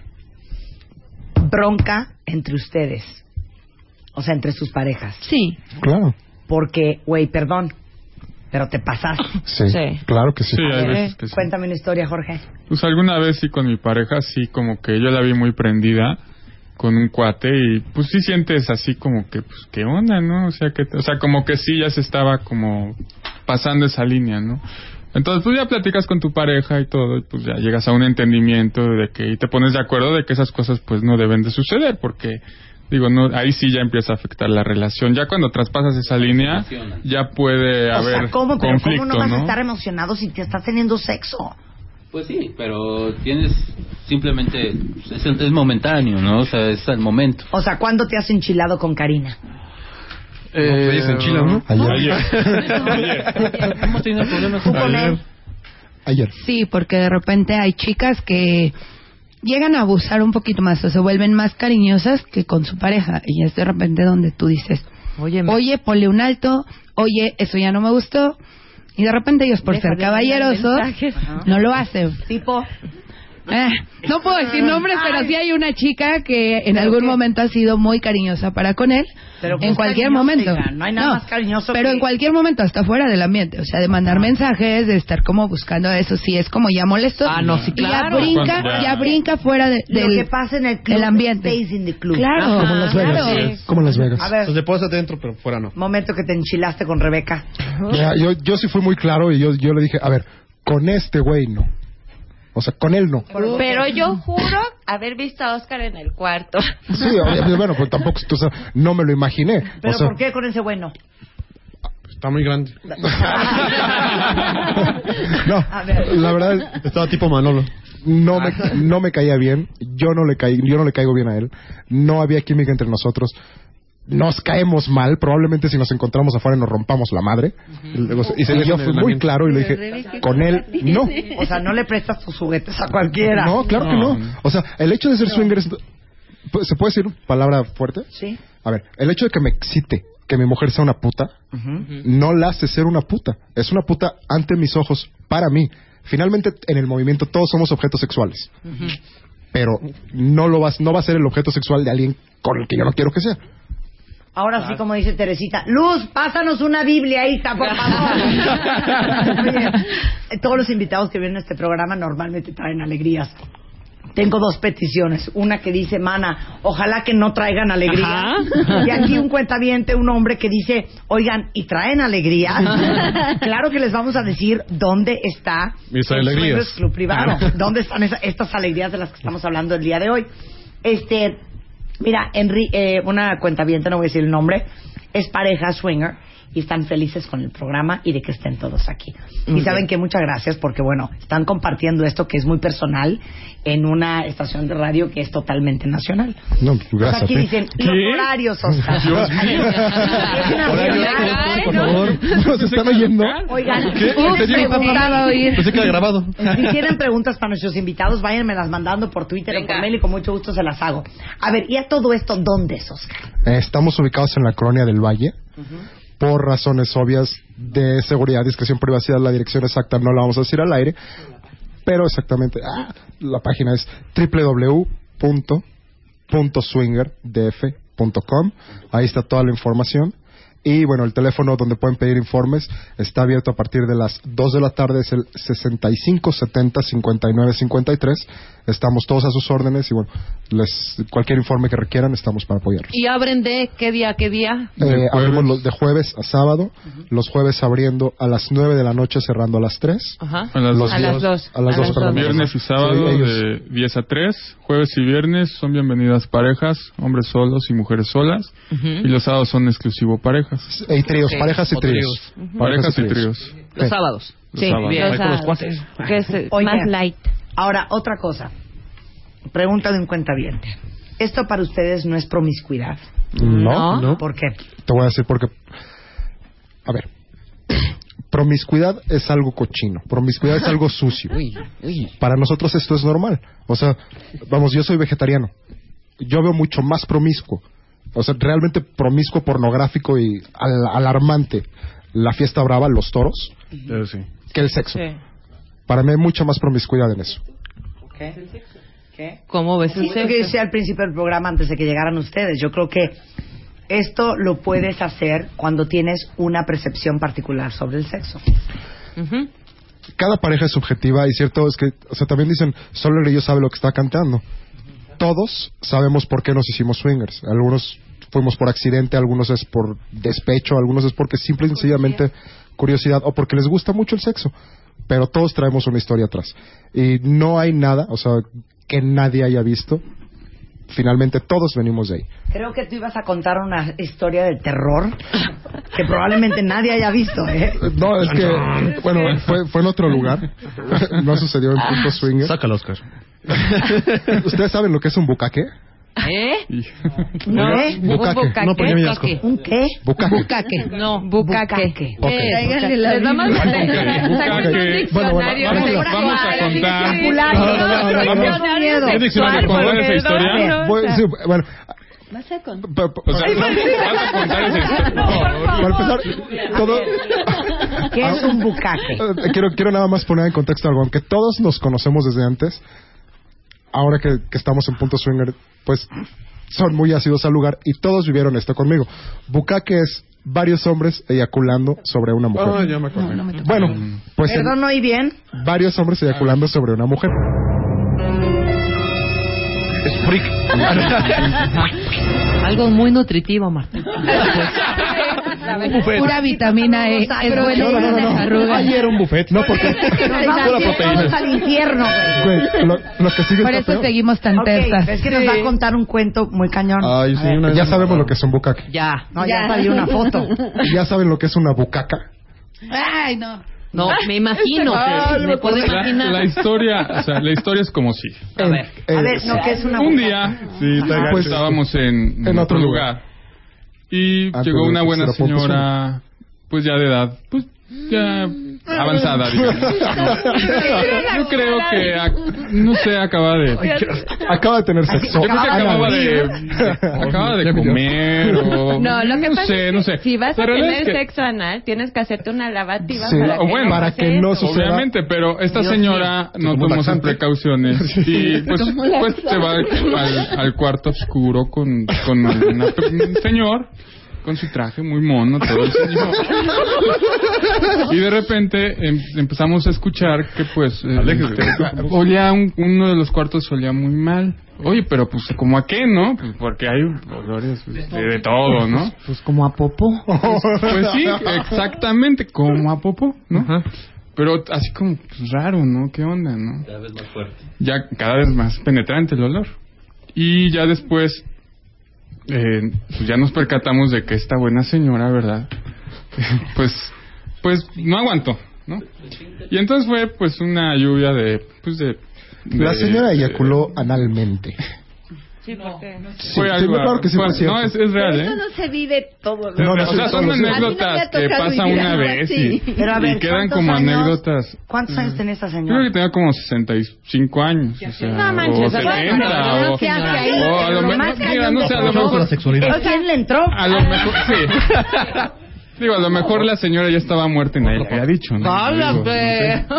Speaker 4: Bronca entre ustedes. O sea, entre sus parejas.
Speaker 10: Sí.
Speaker 8: Claro.
Speaker 4: Porque, güey, perdón, pero te pasaste.
Speaker 8: Sí, claro que sí.
Speaker 12: Sí, hay
Speaker 4: A ver,
Speaker 12: veces que sí.
Speaker 4: Cuéntame una historia, Jorge.
Speaker 12: Pues alguna vez sí con mi pareja, sí, como que yo la vi muy prendida con un cuate y pues sí sientes así como que, pues, ¿qué onda, no? O sea, que, o sea como que sí ya se estaba como pasando esa línea, ¿no? Entonces, pues ya platicas con tu pareja y todo, y pues ya llegas a un entendimiento de que, y te pones de acuerdo de que esas cosas pues no deben de suceder, porque, digo, no, ahí sí ya empieza a afectar la relación. Ya cuando traspasas esa línea, ya puede
Speaker 4: o
Speaker 12: haber
Speaker 4: sea, ¿cómo, pero
Speaker 12: Eh, conflicto,
Speaker 4: ¿cómo no vas
Speaker 12: ¿no?
Speaker 4: a estar emocionado si te estás teniendo sexo?
Speaker 15: Pues sí, pero tienes simplemente
Speaker 7: pues,
Speaker 15: es, es momentáneo, ¿no? O sea, es al momento.
Speaker 4: O sea, ¿cuándo te has enchilado con Karina?
Speaker 15: Eh, en Chile, ¿no?
Speaker 2: Ayer.
Speaker 15: Hemos tenido problemas
Speaker 10: con Ayer.
Speaker 8: Ayer.
Speaker 10: Sí, porque de repente hay chicas que llegan a abusar un poquito más o se vuelven más cariñosas que con su pareja y es de repente donde tú dices, oye, ponle un alto, oye, eso ya no me gustó y de repente ellos por
Speaker 11: Deja
Speaker 10: ser
Speaker 11: de mandar
Speaker 10: caballerosos
Speaker 11: mensajes.
Speaker 10: no lo hacen.
Speaker 4: Tipo
Speaker 10: Eh, no puedo decir nombres, pero sí hay una chica que en algún momento ha sido muy cariñosa para con él.
Speaker 4: Pero pues
Speaker 10: en cualquier
Speaker 4: cariñosa,
Speaker 10: momento.
Speaker 4: hija, no hay nada más cariñoso
Speaker 10: Pero
Speaker 4: que- Ah.
Speaker 10: en cualquier momento, hasta fuera del ambiente. O sea, de mandar mensajes, de estar como buscando eso. Sí, es como ya molesto. Ah,
Speaker 6: no, sí, claro.
Speaker 10: Ya brinca,
Speaker 6: Cuando ya-
Speaker 10: ya brinca fuera de-
Speaker 4: Lo
Speaker 10: del
Speaker 4: que pasa en el club
Speaker 10: del ambiente.
Speaker 4: stays in the club.
Speaker 10: Claro,
Speaker 13: como en Las Vegas.
Speaker 4: Ah, claro.
Speaker 13: Como en Las Vegas.
Speaker 4: A ver.
Speaker 13: Los de pues, puedes adentro, pero fuera no.
Speaker 4: Momento que te enchilaste
Speaker 13: [laughs]
Speaker 4: con Rebeca.
Speaker 8: Ya, yo, yo sí fui muy claro y yo, yo le dije, a ver, con este güey no. O sea, con él no.
Speaker 14: Pero yo juro haber visto a Oscar en el cuarto.
Speaker 8: Sí, obviamente, bueno, pues tampoco, o sea, no me lo imaginé.
Speaker 4: ¿Pero
Speaker 8: o sea,
Speaker 4: por qué con ese bueno?
Speaker 13: Está muy
Speaker 4: [laughs]
Speaker 13: grande.
Speaker 8: No, la verdad
Speaker 13: Estaba tipo Manolo.
Speaker 8: no me, no me caía bien, yo no, le caí, yo no le caigo bien a él, no había química entre nosotros, nos caemos mal, probablemente si nos encontramos afuera nos rompamos la madre. Luego, y
Speaker 13: Ujú.
Speaker 8: yo fui muy claro y le
Speaker 4: Pero, Rebe,
Speaker 8: dije,
Speaker 4: ¿qué
Speaker 8: con él no.
Speaker 4: O sea, no le prestas tus juguetes a cualquiera.
Speaker 8: No, claro que no. O sea, el hecho de ser swingers, ¿se puede decir palabra fuerte?
Speaker 4: Sí.
Speaker 8: A ver, el hecho de que me excite que mi mujer sea una puta, no la hace ser una puta. Es una puta ante mis ojos, para mí. Finalmente, en el movimiento todos somos objetos sexuales. Pero no, lo vas, no va a ser el objeto sexual de alguien con el que yo no quiero que sea.
Speaker 4: Ahora sí, como dice Teresita, Luz, pásanos una Biblia, hija, por favor. Oye, todos los invitados que vienen a este programa normalmente traen alegrías. Tengo dos peticiones. Una que dice, mana, ojalá que no traigan alegría.
Speaker 2: Ajá.
Speaker 4: Y aquí un cuentaviente, un hombre que dice, oigan, y traen alegría. claro que les vamos a decir dónde está
Speaker 13: Mis
Speaker 4: el
Speaker 13: alegrías.
Speaker 4: Swingers Club privado. ¿Dónde están esa- estas alegrías de las que estamos hablando el día de hoy? Este, mira, Henry, eh, una cuenta no voy a decir el nombre, es pareja swinger y están felices con el programa y de que estén todos aquí.
Speaker 11: Muy
Speaker 4: y saben
Speaker 11: bien.
Speaker 4: que muchas gracias porque, bueno, están compartiendo esto que es muy personal en una estación de radio que es totalmente nacional.
Speaker 8: No,
Speaker 4: O sea,
Speaker 8: gracias.
Speaker 4: Pues
Speaker 8: ¿eh?
Speaker 4: aquí dicen los horarios, Oscar.
Speaker 8: Dios
Speaker 4: [laughs]
Speaker 8: mío. por favor, ¿nos están oyendo?
Speaker 4: Oigan,
Speaker 8: ¿Qué?
Speaker 4: uy,
Speaker 8: ¿En serio?
Speaker 4: preguntaba oír.
Speaker 13: Pensé que era grabado.
Speaker 4: Si tienen preguntas para nuestros invitados, váyanmelas mandando por Twitter o por mail y con mucho gusto se las hago. A ver, ¿y a todo esto dónde es, Oscar?
Speaker 8: Eh, Estamos ubicados en la colonia del Valle. Por razones obvias de seguridad, discreción, privacidad, la dirección exacta no la vamos a decir al aire. Pero exactamente, ah, la página es www.swingerdf.com. Ahí está toda la información. Y bueno, el teléfono donde pueden pedir informes está abierto a partir de las 2 de la tarde, es el 65 70 59 53. Estamos todos a sus órdenes y bueno, les, cualquier informe que requieran estamos para apoyarlos.
Speaker 6: ¿Y abren de qué día, qué día?
Speaker 8: Eh, abrimos los de jueves a sábado, los jueves abriendo a las 9 de la noche, cerrando a las 3.
Speaker 6: Ajá.
Speaker 12: A las
Speaker 8: Los
Speaker 12: dos.
Speaker 8: A las dos. a las dos, perdón.
Speaker 12: Viernes y sábado
Speaker 8: Sí, ellos.
Speaker 12: de 10 a 3. Jueves y viernes son bienvenidas parejas, hombres solos y mujeres solas.
Speaker 6: Ujú.
Speaker 12: Y los sábados son exclusivo parejas.
Speaker 8: Y tríos, Ok. parejas y
Speaker 12: O
Speaker 8: tríos.
Speaker 12: Ujú. Parejas y tríos.
Speaker 6: Los sábados.
Speaker 12: Los sábados. Ahí con los cuates.
Speaker 9: Que es eh,
Speaker 4: Oigan,
Speaker 9: más light.
Speaker 4: Ahora, otra cosa. Pregunta de un cuentaviente. Esto para ustedes no es promiscuidad.
Speaker 8: No, no.
Speaker 4: ¿Por qué?
Speaker 8: Te voy a decir porque. A ver. Promiscuidad es algo cochino. Promiscuidad es algo sucio. Para nosotros esto es normal. O sea, vamos, yo soy vegetariano. Yo veo mucho más promiscuo. O sea, realmente promiscuo, pornográfico y al- alarmante. La fiesta brava, los toros, que el sexo. Para mí hay mucha más promiscuidad en eso.
Speaker 4: ¿Qué?
Speaker 6: ¿Cómo ves
Speaker 4: Sí,
Speaker 6: el
Speaker 4: lo ¿Eh? que
Speaker 6: sexo?
Speaker 4: decía al principio del programa antes de que llegaran ustedes. Yo creo que esto lo puedes hacer cuando tienes una percepción particular sobre el sexo.
Speaker 8: cada pareja es subjetiva y cierto es que, o sea, también dicen, solo el ellos sabe lo que está cantando. Todos sabemos por qué nos hicimos swingers. Algunos fuimos por accidente, algunos es por despecho, algunos es porque simple y sencillamente curiosidad o porque les gusta mucho el sexo. pero todos traemos una historia atrás. Y no hay nada, o sea, que nadie haya visto. Finalmente todos venimos de ahí.
Speaker 4: Creo que tú ibas a contar una historia de terror que probablemente nadie haya visto, ¿eh?
Speaker 8: No, es que, bueno, fue, fue en otro lugar. [laughs] No sucedió en Punto Swinger. Sácalo, Oscar. [laughs] ¿Ustedes saben lo que es un
Speaker 6: [laughs]
Speaker 8: bucaque?
Speaker 6: ¿Eh?
Speaker 8: No.
Speaker 6: ¿Eh?
Speaker 8: Un bucaque.
Speaker 6: bucaque.
Speaker 8: No, pues yo me asco.
Speaker 4: ¿Un qué?
Speaker 8: Bucaque.
Speaker 6: No, bucaque.
Speaker 8: Ok.
Speaker 6: Tráiganle la
Speaker 4: Les
Speaker 6: Biblia.
Speaker 4: vamos a- Bucaque.
Speaker 6: Bueno, bueno, vamos a- vamos a contar. No, no, no, no, no.
Speaker 2: ¿Qué diccionario
Speaker 8: Árbol,
Speaker 2: contar esa
Speaker 8: perdón.
Speaker 2: historia?
Speaker 8: Bueno, sí, bueno,
Speaker 11: Vas a contar.
Speaker 8: pa- pa- o sea,
Speaker 6: pues,
Speaker 2: ¿Vas a contar esa historia?
Speaker 8: para empezar, todo,
Speaker 4: ¿Qué es un bucaque?
Speaker 8: Eh, [laughs] quiero, quiero nada más poner en contexto algo, aunque todos nos conocemos desde antes, ahora que, que estamos en Punto Swinger, pues son muy ácidos al lugar y todos vivieron esto conmigo. Bucaque es varios hombres eyaculando sobre una mujer.
Speaker 13: Ah, ya me acordé.
Speaker 8: Bueno, pues el-
Speaker 4: Perdón, oí bien.
Speaker 8: varios hombres eyaculando sobre una mujer.
Speaker 6: Algo muy nutritivo, Marta.
Speaker 10: Pura vitamina E. Es
Speaker 4: pero
Speaker 10: bueno
Speaker 4: no, no,
Speaker 10: para
Speaker 4: no, no.
Speaker 10: las arrugas.
Speaker 8: Ayer un buffet, no porque
Speaker 4: Nos vamos todos al infierno, güey.
Speaker 8: Güey, lo, lo que sigue
Speaker 10: Por
Speaker 8: está
Speaker 10: eso
Speaker 8: feo.
Speaker 10: seguimos tan
Speaker 4: Ok,
Speaker 10: tersas.
Speaker 4: Es que nos va a contar un cuento muy cañón.
Speaker 8: Ay, sí,
Speaker 4: A ver.
Speaker 8: una vez ya sabemos lo que es un bucaque.
Speaker 6: Ya.
Speaker 4: No, ya,
Speaker 10: Ya.
Speaker 4: salió una foto.
Speaker 8: Ya saben lo que es una bucaca.
Speaker 10: Ay, no.
Speaker 6: No, me imagino.
Speaker 12: Ah,
Speaker 6: Me puedo
Speaker 12: la,
Speaker 6: imaginar.
Speaker 12: la historia, o sea, la historia es como si.
Speaker 6: A ver.
Speaker 4: A ver, no, que es una
Speaker 12: Un
Speaker 4: bucaca?
Speaker 12: día, sí,
Speaker 8: Ajá. gacho.
Speaker 12: estábamos en,
Speaker 8: Ah, pues, En otro
Speaker 12: otro
Speaker 8: lugar. Ah, pues,
Speaker 12: lugar. Y
Speaker 8: Antes
Speaker 12: llegó
Speaker 8: de
Speaker 12: una buena
Speaker 8: 0.1.
Speaker 12: señora, pues ya de edad, pues ya
Speaker 8: Mm.
Speaker 12: avanzada, digamos.
Speaker 8: [laughs]
Speaker 12: Yo creo que, ac- no sé, acaba de...
Speaker 14: [laughs]
Speaker 8: Acaba de tener sexo.
Speaker 12: Yo creo que acababa de, acaba de comer o...
Speaker 14: No, lo que
Speaker 12: no
Speaker 14: pasa
Speaker 12: sé,
Speaker 14: es que
Speaker 12: no sé.
Speaker 14: si vas a
Speaker 12: La realidad
Speaker 14: tener
Speaker 12: es que-
Speaker 14: sexo anal, tienes que hacerte una lavativa
Speaker 12: Sí,
Speaker 14: para,
Speaker 12: o
Speaker 14: que
Speaker 12: bueno,
Speaker 14: no
Speaker 12: para
Speaker 14: pase
Speaker 8: que no
Speaker 14: eso.
Speaker 8: suceda.
Speaker 12: Obviamente, pero esta
Speaker 14: Dios
Speaker 12: señora
Speaker 8: mío.
Speaker 12: no
Speaker 8: Como
Speaker 12: tomó sus
Speaker 8: laxante. [laughs]
Speaker 12: precauciones y pues,
Speaker 14: Como laxante.
Speaker 12: pues se va al, al cuarto oscuro con, con una- un señor con su traje muy mono, todo el [laughs] señor. [laughs] Y de repente em- empezamos a escuchar que pues eh, este, olía un- uno de los cuartos olía muy mal. Oye, pero pues como a qué, ¿no? Pues porque hay olores pues, de, de todo, ¿no?
Speaker 6: Pues como a Popo.
Speaker 12: Pues sí, exactamente, como a Popo, ¿no? Pero así como pues, raro, ¿no? ¿Qué onda, no?
Speaker 15: Cada vez más fuerte.
Speaker 12: Ya cada vez más penetrante el olor. Y ya después, eh, pues ya nos percatamos de que esta buena señora, ¿verdad? [laughs] pues, pues no aguantó, ¿no? Y entonces fue pues una lluvia de, pues de...
Speaker 8: La
Speaker 12: de-
Speaker 8: señora eyaculó analmente.
Speaker 14: Sí, porque-
Speaker 12: Fue
Speaker 8: Sí,
Speaker 12: algo...
Speaker 8: claro que sí
Speaker 12: fue-
Speaker 8: fue cierto.
Speaker 12: no, es, es
Speaker 14: Pero
Speaker 12: real, ¿eh?
Speaker 14: Eso no se vive todo.
Speaker 12: No, no,
Speaker 14: los
Speaker 12: o sea,
Speaker 14: días.
Speaker 12: son
Speaker 14: A mí no me ha
Speaker 12: anécdotas que
Speaker 14: tocado
Speaker 12: pasa
Speaker 14: vivir
Speaker 12: una
Speaker 14: algo
Speaker 12: vez
Speaker 14: así.
Speaker 12: y,
Speaker 4: Pero a
Speaker 12: y
Speaker 4: ver,
Speaker 12: quedan
Speaker 4: ¿cuántos
Speaker 12: como
Speaker 4: años-
Speaker 12: anécdotas.
Speaker 4: ¿Cuántos años tenía esta
Speaker 12: Yo creo que
Speaker 4: señora?
Speaker 12: tenía como 65 años, o sea,
Speaker 14: No manches,
Speaker 12: o
Speaker 14: bueno,
Speaker 12: 70,
Speaker 14: pero
Speaker 12: o,
Speaker 14: ¿qué hace ahí?
Speaker 12: o a lo
Speaker 4: Lo
Speaker 12: mejor,
Speaker 4: más
Speaker 12: mira, no sé, a lo
Speaker 4: cañón
Speaker 12: mejor,
Speaker 4: ¿A quién le entró?
Speaker 12: a lo mejor, sí. Digo, a lo mejor la señora ya estaba muerta y nadie le había dicho, ¿no? Digo,
Speaker 4: pues.
Speaker 6: Dios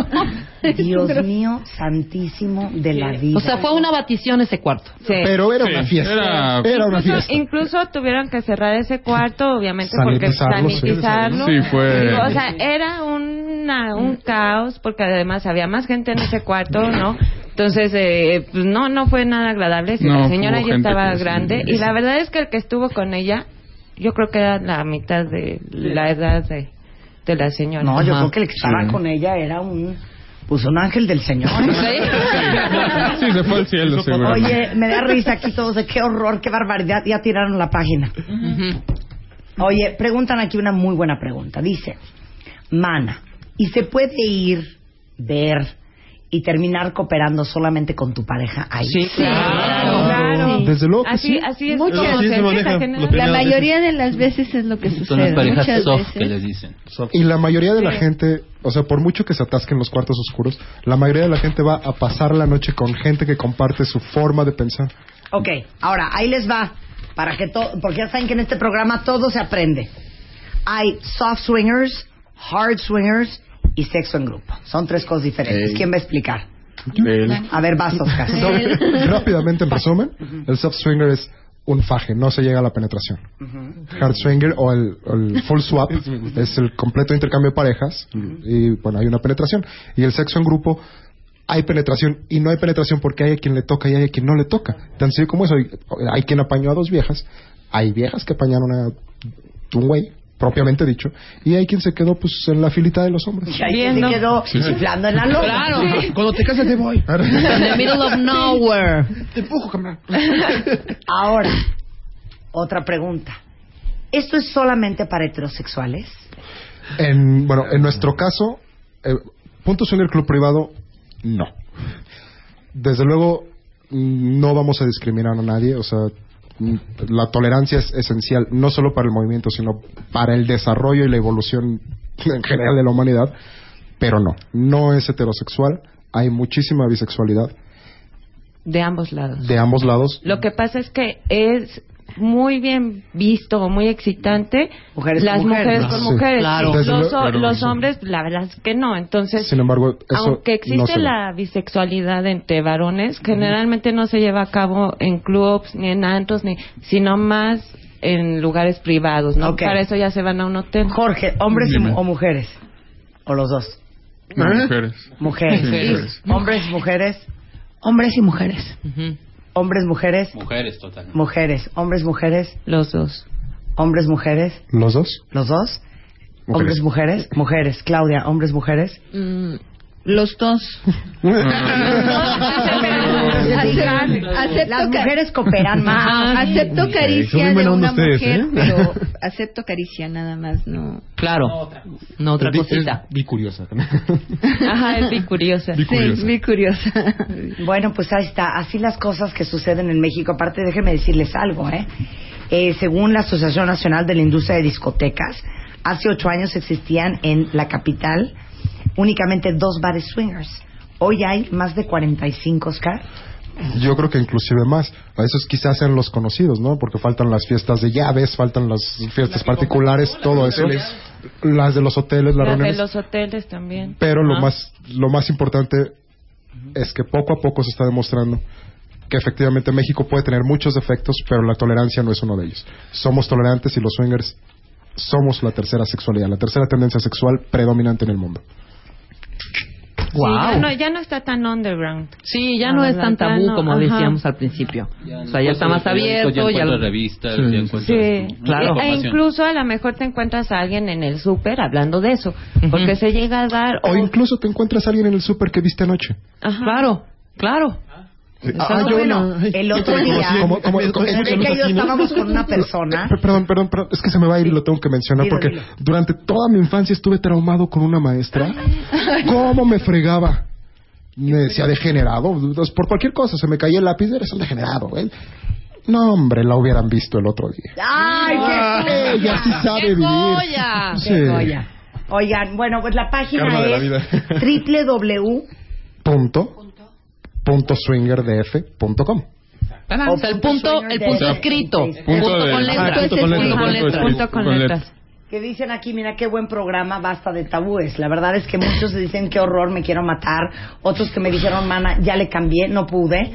Speaker 6: Eh,
Speaker 4: Dios mío, santísimo de la vida.
Speaker 6: O sea, fue una batición ese cuarto.
Speaker 8: Pero era
Speaker 12: Sí,
Speaker 8: una fiesta.
Speaker 12: era-
Speaker 8: Era, una
Speaker 9: Incluso,
Speaker 8: fiesta.
Speaker 9: incluso tuvieron que cerrar ese cuarto, obviamente,
Speaker 8: Sanitizarlo, sí.
Speaker 9: porque sanitizarlo.
Speaker 12: Sí, fue-
Speaker 9: O sea, era una, un caos, porque además había más gente en ese cuarto, ¿no? Entonces, eh, pues no, no fue nada agradable. Si
Speaker 12: No,
Speaker 9: la señora
Speaker 12: hubo
Speaker 9: ya
Speaker 12: gente
Speaker 9: estaba
Speaker 12: que sí.
Speaker 9: grande. Y la verdad es que el que estuvo con ella, yo creo que era la mitad de la edad de, de la señora.
Speaker 4: No, yo
Speaker 6: Ajá,
Speaker 4: creo que el que estaba con ella era un... Pues un ángel del Señor.
Speaker 12: Sí, Sí, se fue al cielo, seguramente.
Speaker 4: Oye, me da risa aquí todos de qué horror, qué barbaridad. Ya tiraron la página. Oye, preguntan aquí una muy buena pregunta. Dice, Mana, ¿y se puede ir, ver y terminar cooperando solamente con tu pareja ahí?
Speaker 6: Sí, claro.
Speaker 9: Claro.
Speaker 8: Desde luego que
Speaker 9: Así,
Speaker 8: sí.
Speaker 9: así es.
Speaker 14: Muchas
Speaker 9: como
Speaker 14: veces
Speaker 9: se
Speaker 14: se
Speaker 9: empieza
Speaker 13: maneja.
Speaker 9: general-
Speaker 13: Lo primero
Speaker 11: La
Speaker 13: Primera vez.
Speaker 11: mayoría de las veces es lo que sucede.
Speaker 15: Son las parejas
Speaker 11: Muchas
Speaker 15: soft
Speaker 11: veces.
Speaker 15: que les dicen. Soft.
Speaker 8: Y la mayoría de la gente, o sea, por mucho que se atasquen los cuartos oscuros, la mayoría de la gente va a pasar la noche con gente que comparte su forma de pensar.
Speaker 4: Ok, ahora ahí les va. Para que to- porque ya saben que en este programa todo se aprende. Hay soft swingers, hard swingers y sexo en grupo. Son tres cosas diferentes.
Speaker 12: Ey.
Speaker 4: ¿Quién va a explicar?
Speaker 12: Del-
Speaker 4: A ver, vas, Oscar.
Speaker 8: So, [laughs]
Speaker 13: [laughs]
Speaker 8: rápidamente, en resumen, el soft swinger es un faje, no se llega a la penetración. Hard swinger o el, o el full
Speaker 13: [laughs]
Speaker 8: swap es el completo intercambio de parejas y bueno, hay una penetración. Y el sexo en grupo hay penetración y no hay penetración porque hay a quien le toca y hay a quien no le toca. Tan sencillo como eso, hay, hay quien apañó a dos viejas, hay viejas que apañaron a un güey propiamente dicho, y hay quien se quedó pues en la filita de los hombres.
Speaker 4: Y ahí se quedó
Speaker 8: Sí, sí.
Speaker 4: chiflando en la loma.
Speaker 8: Claro.
Speaker 4: Sí.
Speaker 13: [laughs] Cuando te casas te
Speaker 8: [laughs]
Speaker 13: voy.
Speaker 4: In the middle of nowhere.
Speaker 13: Te empujo, camarada.
Speaker 4: Ahora, otra pregunta. ¿Esto es solamente para heterosexuales?
Speaker 8: En, bueno, en nuestro caso, eh, Punto Swinger Club privado, no. Desde luego, mm, no vamos a discriminar a nadie, o sea, mm, la tolerancia es esencial, no solo para el movimiento, sino para el desarrollo y la evolución en general de la humanidad, pero no, no es heterosexual, hay muchísima bisexualidad
Speaker 9: de ambos lados.
Speaker 8: de ambos lados.
Speaker 9: Lo que pasa es que es muy bien visto, muy excitante
Speaker 8: Mujeres
Speaker 9: las
Speaker 8: con mujeres.
Speaker 9: mujeres
Speaker 8: Ah,
Speaker 9: con
Speaker 8: sí.
Speaker 9: mujeres.
Speaker 8: Claro.
Speaker 9: Los,
Speaker 8: Desde luego,
Speaker 9: ho-
Speaker 8: claro,
Speaker 9: los
Speaker 8: sí.
Speaker 9: hombres, la verdad es que no. Entonces,
Speaker 8: Sin embargo, eso
Speaker 9: aunque
Speaker 8: no
Speaker 9: existe
Speaker 8: se ve.
Speaker 9: la bisexualidad entre varones, generalmente no se lleva a cabo en clubs, ni en antros, ni, sino más en lugares privados. ¿no?
Speaker 4: Ok.
Speaker 9: Para eso ya se van a un hotel.
Speaker 4: Jorge, ¿hombres y mu- o mujeres? ¿O los dos?
Speaker 12: No,
Speaker 4: ¿Eh?
Speaker 12: mujeres.
Speaker 4: Mujeres.
Speaker 12: Mujeres.
Speaker 4: ¿Hombres, mujeres? Hombres y mujeres. ¿Hombres, mujeres?
Speaker 15: Mujeres, totalmente.
Speaker 4: Mujeres. ¿Hombres, mujeres?
Speaker 9: Los dos.
Speaker 4: ¿Hombres, mujeres?
Speaker 8: ¿Los dos?
Speaker 4: ¿Los dos? ¿Hombres, mujeres? Mujeres. Claudia, ¿hombres, mujeres?
Speaker 11: Los
Speaker 12: [laughs]
Speaker 11: dos.
Speaker 4: Mm.
Speaker 11: Acepto- acepto
Speaker 4: Las
Speaker 11: ca-
Speaker 4: mujeres cooperan más.
Speaker 11: Ajá, Acepto
Speaker 6: son
Speaker 11: caricia
Speaker 6: bien
Speaker 11: de
Speaker 6: buena
Speaker 11: una
Speaker 6: onda ustedes,
Speaker 11: mujer,
Speaker 6: ¿eh?
Speaker 11: pero acepto caricia nada más, no.
Speaker 6: Claro. No otra
Speaker 13: Di-
Speaker 6: cosita.
Speaker 13: es bicuriosa.
Speaker 9: Ajá, es bicuriosa.
Speaker 13: Bicuriosa.
Speaker 11: muy curiosa.
Speaker 4: [laughs] Bueno, pues ahí está. Así las cosas que suceden en México. Aparte, déjenme decirles algo, ¿eh? Eh, según la Asociación Nacional de la Industria de Discotecas, hace ocho años existían en la capital únicamente dos bares swingers. Hoy hay más de 45, Oscar.
Speaker 8: Yo creo que inclusive más. A esos quizás sean los conocidos, ¿no? Porque faltan las fiestas de llaves, faltan las fiestas particulares, todo eso. Las de los hoteles, las,
Speaker 9: Las de
Speaker 8: reuniones.
Speaker 9: los hoteles también. Ah.
Speaker 8: Pero lo
Speaker 9: Ajá.
Speaker 8: más, lo más importante es que poco a poco se está demostrando que efectivamente México puede tener muchos defectos, pero la tolerancia no es uno de ellos. Somos tolerantes y los swingers somos la tercera sexualidad, la tercera tendencia sexual predominante en el mundo.
Speaker 9: Sí, ya, no, ya no está tan underground.
Speaker 6: Sí, [laughs] ya no es tan tabú como decíamos al principio. o sea, ya está más abierto.
Speaker 15: Ya
Speaker 6: ya
Speaker 15: encuentras
Speaker 6: lo-
Speaker 15: revistas,
Speaker 6: Sí,
Speaker 15: ya
Speaker 6: sí.
Speaker 15: encuentras...
Speaker 6: Claro.
Speaker 9: E- E incluso a lo mejor te encuentras a alguien en el súper hablando de eso, porque se llega a dar...
Speaker 8: O incluso te encuentras a alguien en el súper que viste anoche.
Speaker 9: Claro, claro.
Speaker 8: Sí.
Speaker 4: Ah, yo no. El otro día,
Speaker 8: Como- como- como-
Speaker 4: Rebeca y yo estábamos con una persona.
Speaker 8: P- Perdón, perdón, perdón, es que se me va a ir y lo tengo que mencionar
Speaker 4: Dilo,
Speaker 8: porque
Speaker 4: dilo.
Speaker 8: durante toda mi infancia estuve traumado con una maestra. ¿Cómo me fregaba? Me decía degenerado, pues, por cualquier cosa, se me caía el lápiz, eres un degenerado, güey. No, hombre, la hubieran visto el otro día.
Speaker 4: ¡Ay, qué
Speaker 8: Ella Ah, sí sabe vivir.
Speaker 4: joya!
Speaker 8: Sí.
Speaker 4: Ah, ¡Qué joya! Oigan, bueno, pues la página
Speaker 8: Karma de la
Speaker 4: es
Speaker 8: vida.
Speaker 4: www.
Speaker 8: Punto. Punto swingerdf.com.
Speaker 6: O sea, el punto, el punto
Speaker 8: de-
Speaker 6: escrito.
Speaker 8: de-
Speaker 6: Punto
Speaker 8: de- ah,
Speaker 6: con letras.
Speaker 8: punto con letras, punto
Speaker 6: letras.
Speaker 8: escrito,
Speaker 6: Punto con
Speaker 8: con
Speaker 6: letras.
Speaker 4: Que dicen aquí, mira qué buen programa, basta de tabúes. La verdad es que muchos dicen qué horror, me quiero matar. Otros que me dijeron, mana, ya le cambié, no pude.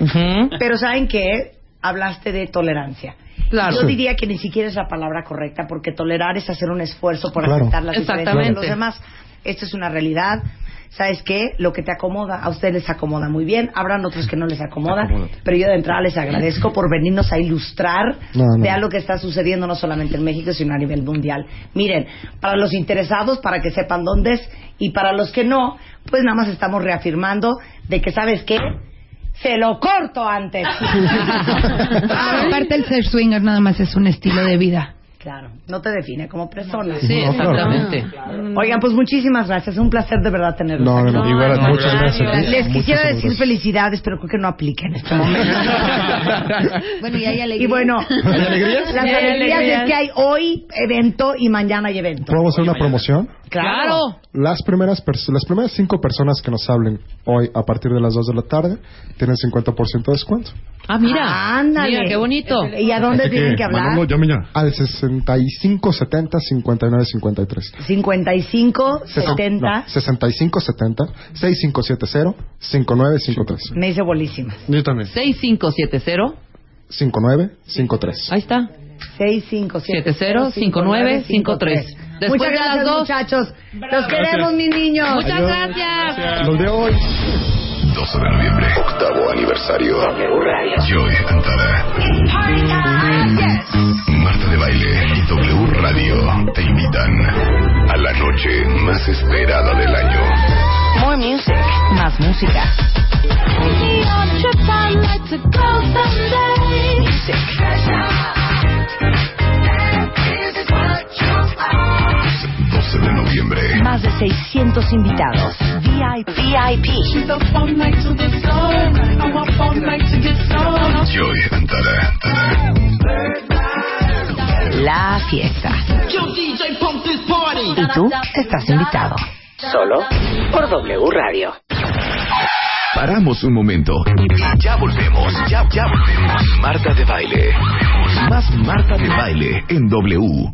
Speaker 4: Pero ¿saben qué? Hablaste de tolerancia.
Speaker 6: Claro.
Speaker 4: Yo
Speaker 6: Sí.
Speaker 4: diría que ni siquiera es la palabra correcta, porque tolerar es hacer un esfuerzo por
Speaker 6: Claro.
Speaker 4: aceptar las diferencias de
Speaker 6: Exactamente.
Speaker 4: los demás. Esto es una realidad. ¿Sabes qué? Lo que te acomoda, a ustedes les acomoda muy bien, habrán otros que no les acomoda,
Speaker 6: Acomódate.
Speaker 4: pero yo de entrada les agradezco por venirnos a ilustrar
Speaker 6: No, no.
Speaker 4: de algo que está sucediendo no solamente en México, sino a nivel mundial. Miren, para los interesados, para que sepan dónde es, y para los que no, pues nada más estamos reafirmando de que, ¿sabes qué? Se lo corto
Speaker 6: [laughs]
Speaker 4: antes.
Speaker 10: [laughs] Aparte el ser swinger nada más es un estilo de vida.
Speaker 4: Claro, no te define como persona.
Speaker 10: Sí, No, claro. exactamente.
Speaker 4: Claro. Oigan, pues muchísimas gracias. Un placer de verdad tenerlos
Speaker 8: No, no, no,
Speaker 4: aquí.
Speaker 8: igual, No, muchas gracias. gracias.
Speaker 4: Les
Speaker 8: Muchas,
Speaker 4: quisiera
Speaker 8: muchas
Speaker 4: decir
Speaker 8: gracias.
Speaker 4: felicidades, pero creo que no aplica en este momento.
Speaker 11: bueno, y hay
Speaker 4: Y
Speaker 11: alegría.
Speaker 4: bueno,
Speaker 8: ¿Hay alegrías?
Speaker 4: las
Speaker 11: Sí, hay
Speaker 4: alegrías
Speaker 11: alegrías.
Speaker 4: es que hay hoy evento y mañana hay evento.
Speaker 8: ¿Puedo hacer una promoción?
Speaker 4: Claro.
Speaker 8: Las primeras, pers- las primeras cinco personas que nos hablen hoy a partir de las 2 de la tarde tienen 50% de descuento.
Speaker 6: Ah, mira.
Speaker 4: Ándale.
Speaker 6: Mira, qué bonito.
Speaker 4: ¿Y a dónde tienen que hablar?
Speaker 8: Al 65 70 59 53.
Speaker 4: 55,
Speaker 8: Sesen-
Speaker 4: 70.
Speaker 8: no, 65 70 6570 5953.
Speaker 4: Me hice bolísima.
Speaker 8: Yo también.
Speaker 6: 6570.
Speaker 8: 5953.
Speaker 6: Ahí está.
Speaker 4: 6570-5953.
Speaker 6: 70-5953. Después
Speaker 4: Muchas
Speaker 6: de las
Speaker 4: gracias,
Speaker 6: dos.
Speaker 4: muchachos. Los
Speaker 6: Bravo.
Speaker 4: queremos, mis niños.
Speaker 6: Muchas Adiós.
Speaker 4: gracias.
Speaker 8: Los de hoy.
Speaker 3: 12 de noviembre, octavo aniversario. Joy Antara. Marta de Baile y W Radio te invita más esperada del año.
Speaker 4: More music. Más música. Más de 600 invitados. VIP.
Speaker 3: Joy Antara.
Speaker 4: La fiesta. Y tú estás invitado. Solo por W Radio.
Speaker 3: Paramos un momento. Ya volvemos. Ya, ya volvemos. Marta de baile. Más Marta de baile en W.